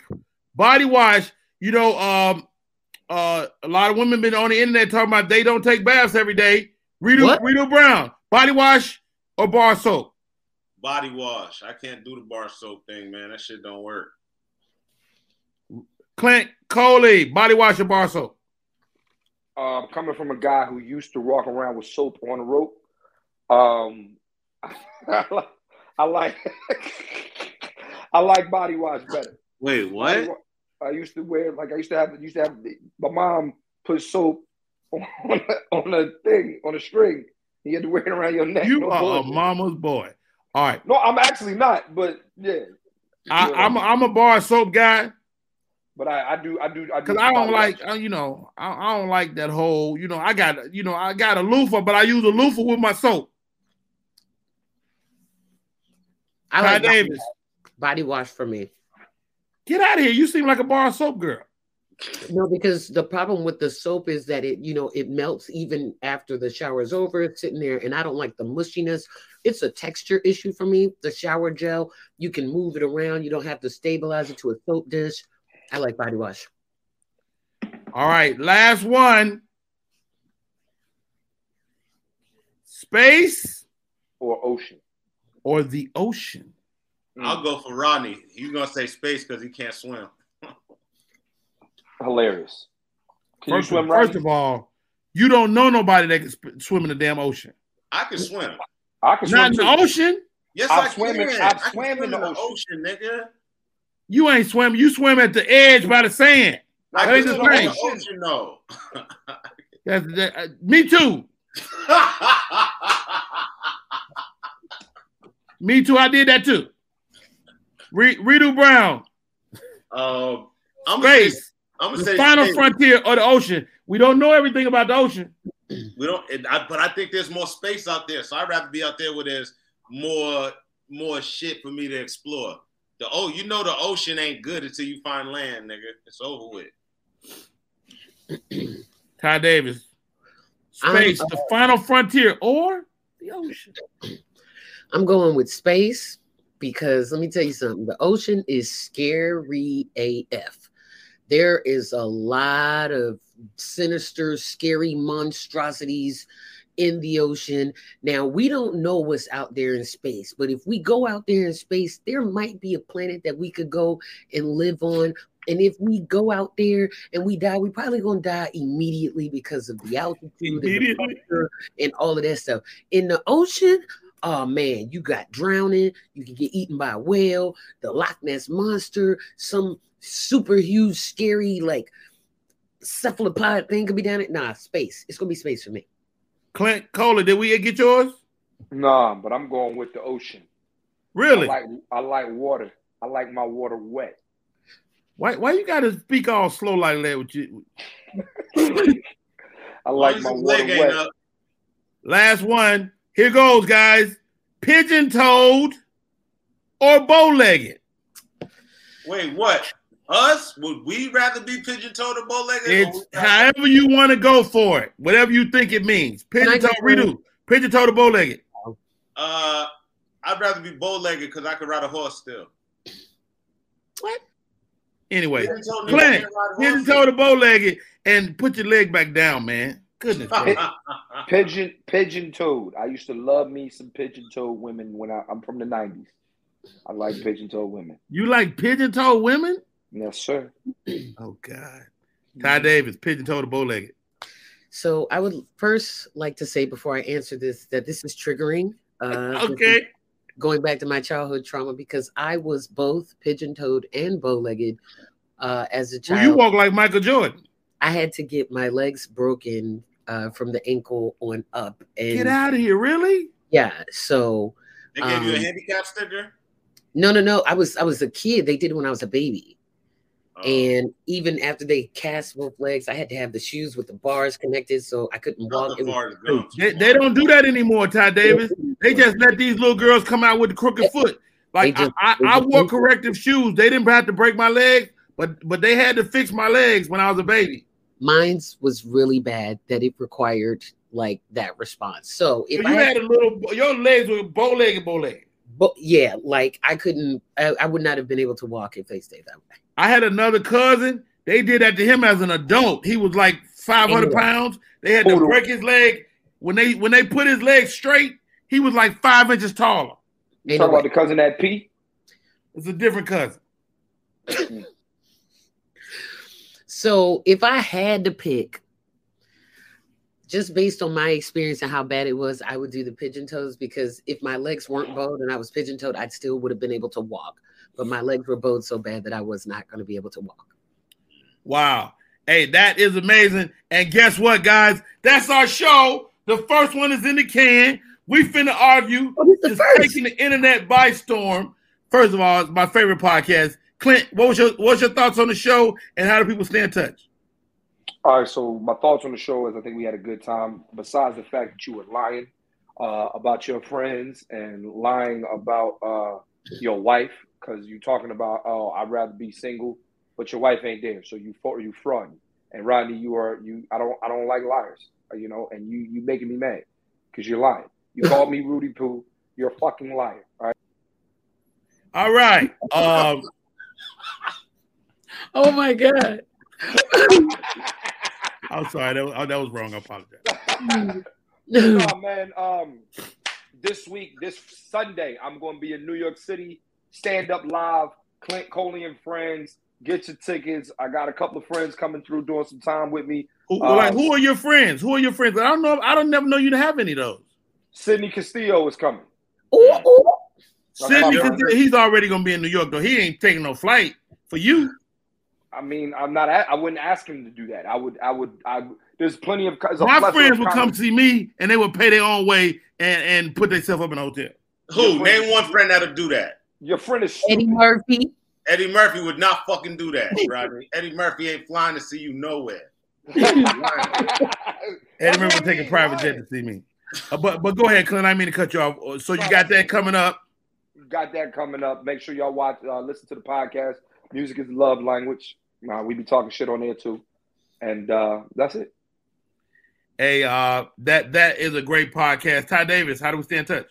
[SPEAKER 1] body wash you know um uh a lot of women been on the internet talking about they don't take baths every day Rita,
[SPEAKER 4] What?
[SPEAKER 1] Rita brown body wash or bar of soap
[SPEAKER 3] Body wash. I can't do the bar soap thing, man. That shit don't work.
[SPEAKER 1] clint coley body wash or bar of soap
[SPEAKER 2] um, coming from a guy who used to walk around with soap on a rope, um, I like, I like, I like body wash better.
[SPEAKER 3] Wait,
[SPEAKER 2] Body wa- I used to wear like I used to have used to have my mom put soap on a, on a thing on a string. You had to wear it around your neck.
[SPEAKER 1] you
[SPEAKER 2] no,
[SPEAKER 1] are a
[SPEAKER 2] bullshit.
[SPEAKER 1] mama's boy all right
[SPEAKER 2] no, I'm actually not, but yeah,
[SPEAKER 1] I,
[SPEAKER 2] Yeah.
[SPEAKER 1] I'm, a, I'm a bar of soap guy
[SPEAKER 2] but I, I do I do I do
[SPEAKER 1] because i don't
[SPEAKER 2] body wash.
[SPEAKER 1] like uh, you know I, I don't like that whole you know i got you know i got a loofah but i use a loofah with my soap
[SPEAKER 4] I
[SPEAKER 1] Ty
[SPEAKER 4] like body-
[SPEAKER 1] davis
[SPEAKER 4] body wash for me.
[SPEAKER 1] get out of here you seem like a bar of soap girl
[SPEAKER 4] No, because the problem with the soap is that it, you know, it melts even after the shower's over. It's sitting there, and I don't like the mushiness. It's a texture issue for me. The shower gel, you can move it around. You don't have to stabilize it to a soap dish. I like body wash.
[SPEAKER 1] All right, last one. space
[SPEAKER 2] or ocean.
[SPEAKER 1] or the ocean? Mm.
[SPEAKER 3] I'll go for Rodney. He's gonna say space because he can't swim.
[SPEAKER 2] Hilarious. Can
[SPEAKER 1] First,
[SPEAKER 2] you swim
[SPEAKER 1] of,
[SPEAKER 2] right?
[SPEAKER 1] first of all, you don't know nobody that can sp- swim in the damn ocean.
[SPEAKER 3] I can swim.
[SPEAKER 2] I can
[SPEAKER 1] Not in
[SPEAKER 2] swim.
[SPEAKER 1] the
[SPEAKER 2] too.
[SPEAKER 1] ocean.
[SPEAKER 3] Yes,
[SPEAKER 2] I've
[SPEAKER 3] I
[SPEAKER 2] swam in-
[SPEAKER 3] can.
[SPEAKER 2] I've
[SPEAKER 3] I can
[SPEAKER 2] swam in the ocean.
[SPEAKER 3] nigga.
[SPEAKER 1] You ain't swim. You swim at the edge by the sand. That
[SPEAKER 3] I can
[SPEAKER 1] ain't the
[SPEAKER 3] swim in the
[SPEAKER 1] thing.
[SPEAKER 3] ocean though.
[SPEAKER 1] That's, that, uh, me too. Me too. I did that too. Re- Redo Brown,
[SPEAKER 3] um, I'm gonna say,
[SPEAKER 1] space,
[SPEAKER 3] I'm gonna
[SPEAKER 1] the
[SPEAKER 3] say
[SPEAKER 1] final
[SPEAKER 3] space.
[SPEAKER 1] frontier of the ocean. We don't know everything about the ocean.
[SPEAKER 3] We don't, and I, but I think there's more space out there, so I'd rather be out there where there's more more shit for me to explore. The oh, you know, the ocean ain't good until you find land, nigga. It's over with.
[SPEAKER 1] Ty Davis,
[SPEAKER 4] I'm-
[SPEAKER 1] space, the final frontier, or the ocean.
[SPEAKER 4] I'm going with space because let me tell you something. The ocean is scary AF. There is a lot of sinister, scary monstrosities in the ocean. Now, we don't know what's out there in space, but if we go out there in space, there might be a planet that we could go and live on. And if we go out there and we die, we probably gonna die immediately because of the altitude and the
[SPEAKER 1] Immediately.
[SPEAKER 4] pressure and all of that stuff. In the ocean, oh man, you got drowning, you can get eaten by a whale, the Loch Ness monster, some super huge, scary, like cephalopod thing could be down it. Nah, space. It's gonna be space for me.
[SPEAKER 1] Clint Cola, did we get yours?
[SPEAKER 2] Nah, but I'm going with the ocean.
[SPEAKER 1] Really?
[SPEAKER 2] I like I like water. I like my water wet.
[SPEAKER 1] Why? Why you gotta speak all slow like that? With you?
[SPEAKER 2] I like
[SPEAKER 3] As
[SPEAKER 2] my water
[SPEAKER 3] long as his Oh, leg ain't
[SPEAKER 2] wet.
[SPEAKER 3] up,
[SPEAKER 1] Last one. Here goes, guys. Pigeon toed or bow legged?
[SPEAKER 3] Wait, what? Us? Would we rather be pigeon toed or Uh, bow legged?
[SPEAKER 1] It's however you want to go for it, whatever you think it means. Pigeon
[SPEAKER 4] Can I
[SPEAKER 1] toed, redo. Pigeon toed or bow legged?
[SPEAKER 3] Uh, I'd rather be bow legged because I could ride a horse still.
[SPEAKER 1] Anyway,
[SPEAKER 3] Pigeon toed
[SPEAKER 1] Clint,
[SPEAKER 3] nigga can't ride
[SPEAKER 1] pigeon
[SPEAKER 3] a horse.
[SPEAKER 1] toed or bow legged, and put your leg back down, man. Goodness, gracious.
[SPEAKER 2] Pigeon pigeon toed. I used to love me some pigeon toed women when I, I'm from the nineties. I like pigeon toed women.
[SPEAKER 1] you like pigeon toed women?
[SPEAKER 2] Yes, sir.
[SPEAKER 1] Oh God. Ty Davis, pigeon toed or bow legged?
[SPEAKER 4] So I would first like to say before I answer this that this is triggering. Uh,
[SPEAKER 1] Okay.
[SPEAKER 4] going back to my childhood trauma because I was both pigeon-toed and bow-legged uh, as a
[SPEAKER 1] Well,
[SPEAKER 4] child.
[SPEAKER 1] you walk like Michael Jordan.
[SPEAKER 4] I had to get my legs broken uh, from the ankle on up, and
[SPEAKER 1] Get out of here, really?
[SPEAKER 4] yeah, so
[SPEAKER 3] They gave you a
[SPEAKER 4] Um,
[SPEAKER 3] handicap sticker.
[SPEAKER 4] No, no, no. I was I was a kid. They did it when I was a baby.
[SPEAKER 3] Oh.
[SPEAKER 4] And even after they cast both legs, I had to have the shoes with the bars connected so I couldn't walk.
[SPEAKER 3] Not
[SPEAKER 4] It
[SPEAKER 3] the
[SPEAKER 4] was-
[SPEAKER 3] far to go.
[SPEAKER 1] They, they don't do that anymore, Ty Davis. They just let these little girls come out with the crooked foot. Like
[SPEAKER 4] They just-
[SPEAKER 1] I,
[SPEAKER 4] they
[SPEAKER 1] I, I
[SPEAKER 4] just
[SPEAKER 1] wore
[SPEAKER 4] do that.
[SPEAKER 1] corrective shoes. They didn't have to break my leg, but but they had to fix my legs when I was a baby.
[SPEAKER 4] Mine's was really bad that it required like that response. So
[SPEAKER 1] So
[SPEAKER 4] if
[SPEAKER 1] you
[SPEAKER 4] I had,
[SPEAKER 1] had a little. Your legs were bow legged, bow legged.
[SPEAKER 4] bo- yeah, like I couldn't, I, I would not have been able to walk if they stayed that way.
[SPEAKER 1] I had another cousin. They did that to him as an adult. He was like five hundred
[SPEAKER 4] Anyway.
[SPEAKER 1] pounds. They had to
[SPEAKER 2] Total.
[SPEAKER 1] break his leg when they when they put his leg straight. He was like five inches taller.
[SPEAKER 2] You talking
[SPEAKER 4] Anyway.
[SPEAKER 2] about the cousin that P?
[SPEAKER 1] It's a different cousin.
[SPEAKER 4] So if I had to pick, just based on my experience and how bad it was, I would do the pigeon toes because if my legs weren't bowed and I was pigeon toed, I still would have been able to walk. But my legs were bowed so bad that I was not going to be able to walk.
[SPEAKER 1] Wow. Hey, that is amazing. And guess what, guys? That's our show. The first one is in the can. We finna argue.
[SPEAKER 4] What is
[SPEAKER 1] It's taking the internet by storm. First of all, it's my favorite podcast. Clint, what was your what's your thoughts on the show and how do people stay in touch?
[SPEAKER 2] All right, so my thoughts on the show is I think we had a good time. Besides the fact that you were lying uh, about your friends and lying about uh, your wife because you're talking about oh I'd rather be single, but your wife ain't there, so you fo- you fraud. And Rodney, you are you I don't I don't like liars, uh, you know, and you you making me mad because you're lying. You called me Rudy Poo. You're a fucking liar. All right,
[SPEAKER 1] All right. Um,
[SPEAKER 4] Oh my God.
[SPEAKER 1] I'm sorry. That was, oh, that was wrong. I apologize.
[SPEAKER 2] no, man. Um, this week, this Sunday, I'm going to be in New York City. Stand up live. Clint Coley and friends. Get your tickets. I got a couple of friends coming through doing some time with me.
[SPEAKER 1] Who,
[SPEAKER 2] Uh,
[SPEAKER 1] like, who are your friends? Who are your friends? I don't know. I don't never know you to have any of those.
[SPEAKER 2] Sydney Castillo is coming.
[SPEAKER 4] Ooh, ooh.
[SPEAKER 2] That's
[SPEAKER 1] Sidney,
[SPEAKER 2] my
[SPEAKER 1] Castillo,
[SPEAKER 2] brother.
[SPEAKER 1] he's already gonna be in New York though. He ain't taking no flight for you.
[SPEAKER 2] I mean, I'm not. a- I wouldn't ask him to do that. I would. I would. I. There's plenty of. there's a
[SPEAKER 1] My
[SPEAKER 2] plethora
[SPEAKER 1] friends
[SPEAKER 2] of
[SPEAKER 1] would
[SPEAKER 2] comedy.
[SPEAKER 1] come see me and they would pay their own way and, and put themselves up in a hotel.
[SPEAKER 3] Who?
[SPEAKER 2] Yeah,
[SPEAKER 3] Name one friend that'll do that.
[SPEAKER 2] Your friend is
[SPEAKER 4] Eddie
[SPEAKER 2] stupid.
[SPEAKER 4] Murphy.
[SPEAKER 3] Eddie Murphy would not fucking do that, Rodney. Eddie Murphy ain't flying to see you nowhere.
[SPEAKER 1] Eddie
[SPEAKER 2] That's
[SPEAKER 1] Murphy would
[SPEAKER 2] what I
[SPEAKER 1] take a
[SPEAKER 2] mean,
[SPEAKER 1] private
[SPEAKER 2] right.
[SPEAKER 1] jet to see me. Uh, but but go ahead, Clint. I mean to cut you off. Uh, So you
[SPEAKER 2] No,
[SPEAKER 1] got
[SPEAKER 2] that's
[SPEAKER 1] that
[SPEAKER 2] it.
[SPEAKER 1] coming up.
[SPEAKER 2] Got that coming up. Make sure y'all watch. Uh, listen to the podcast. Music is love language. Nah, we be talking shit on there too, and uh, that's it.
[SPEAKER 1] Hey, uh, that that is a great podcast. Ty Davis, how do we stay in touch?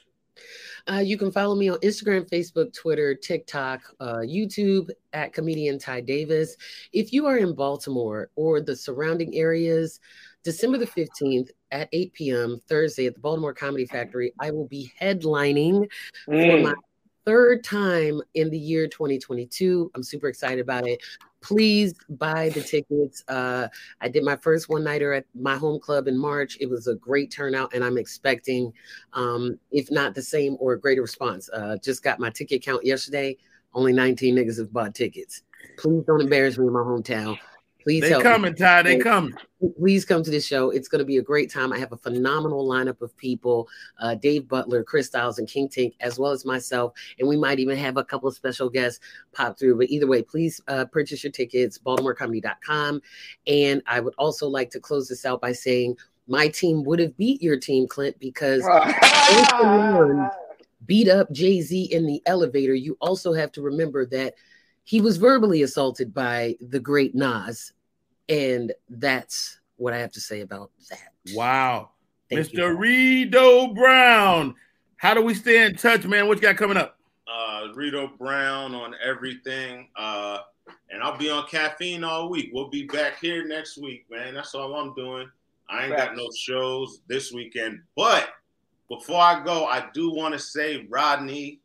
[SPEAKER 4] Uh, you can follow me on Instagram, Facebook, Twitter, TikTok, uh, YouTube at comedian Ty Davis. If you are in Baltimore or the surrounding areas, December the 15th at 8 p.m. Thursday at the Baltimore Comedy Factory, I will be headlining
[SPEAKER 2] Mm.
[SPEAKER 4] for my third time in the year 2022. I'm super excited about it. Please buy the tickets. Uh, I did my first one nighter at my home club in March. It was a great turnout, and I'm expecting, um, if not the same or a greater response. Uh, just got my ticket count yesterday. Only 19 niggas have bought tickets. Please don't embarrass me in my hometown. Please
[SPEAKER 1] They
[SPEAKER 4] help. me
[SPEAKER 1] coming, Ty. They coming.
[SPEAKER 4] please come to the show. It's going to be a great time. I have a phenomenal lineup of people uh, Dave Butler, Chris Styles, and King Tink, as well as myself. And we might even have a couple of special guests pop through. But either way, please uh, purchase your tickets, baltimorecomedy.com. And I would also like to close this out by saying, my team would have beat your team, Clint, because beat up Jay Z in the elevator, you also have to remember that he was verbally assaulted by the great Nas. And that's what I have to say about that.
[SPEAKER 1] Wow.
[SPEAKER 4] Thank you.
[SPEAKER 1] Mr. Redo Brown, how do we stay in touch, man? What you got coming up?
[SPEAKER 3] Uh, Rito Brown on everything. Uh, and I'll be on caffeine all week. We'll be back here next week, man. That's all I'm doing. I ain't got no shows this weekend. But before I go, I do want to say, Rodney,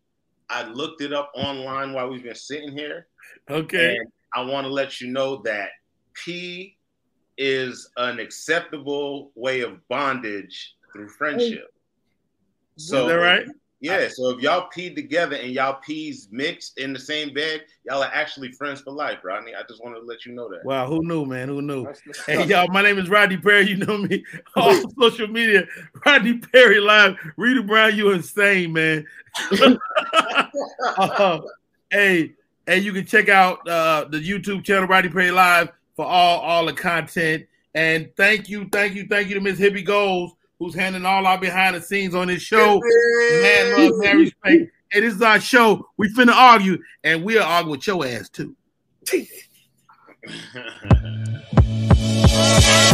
[SPEAKER 3] I looked it up online while we've been sitting here.
[SPEAKER 1] Okay.
[SPEAKER 3] And I want to let you know that P is an acceptable way of bondage through friendship. So
[SPEAKER 1] is that right?
[SPEAKER 3] Yeah. So if y'all peed together and y'all pees mixed in the same bed, y'all are actually friends for life, Rodney. I just wanted to let you know that.
[SPEAKER 1] Wow, who knew, man? Who knew?
[SPEAKER 2] That's the
[SPEAKER 1] Hey,
[SPEAKER 2] stuff.
[SPEAKER 1] y'all, my name is Rodney Perry. You know me on social media. Rodney Perry Live. Rita Brown, you insane, man. Uh, hey, hey, you can check out uh, the YouTube channel Rodney Perry Live for all all the content. And thank you, thank you, thank you to Miss Hippie Goals, who's handling all our behind the scenes on this show. Man, love, man, respect. Hey, this is our show. We finna argue, and we'll argue with your ass too.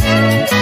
[SPEAKER 3] Yeah.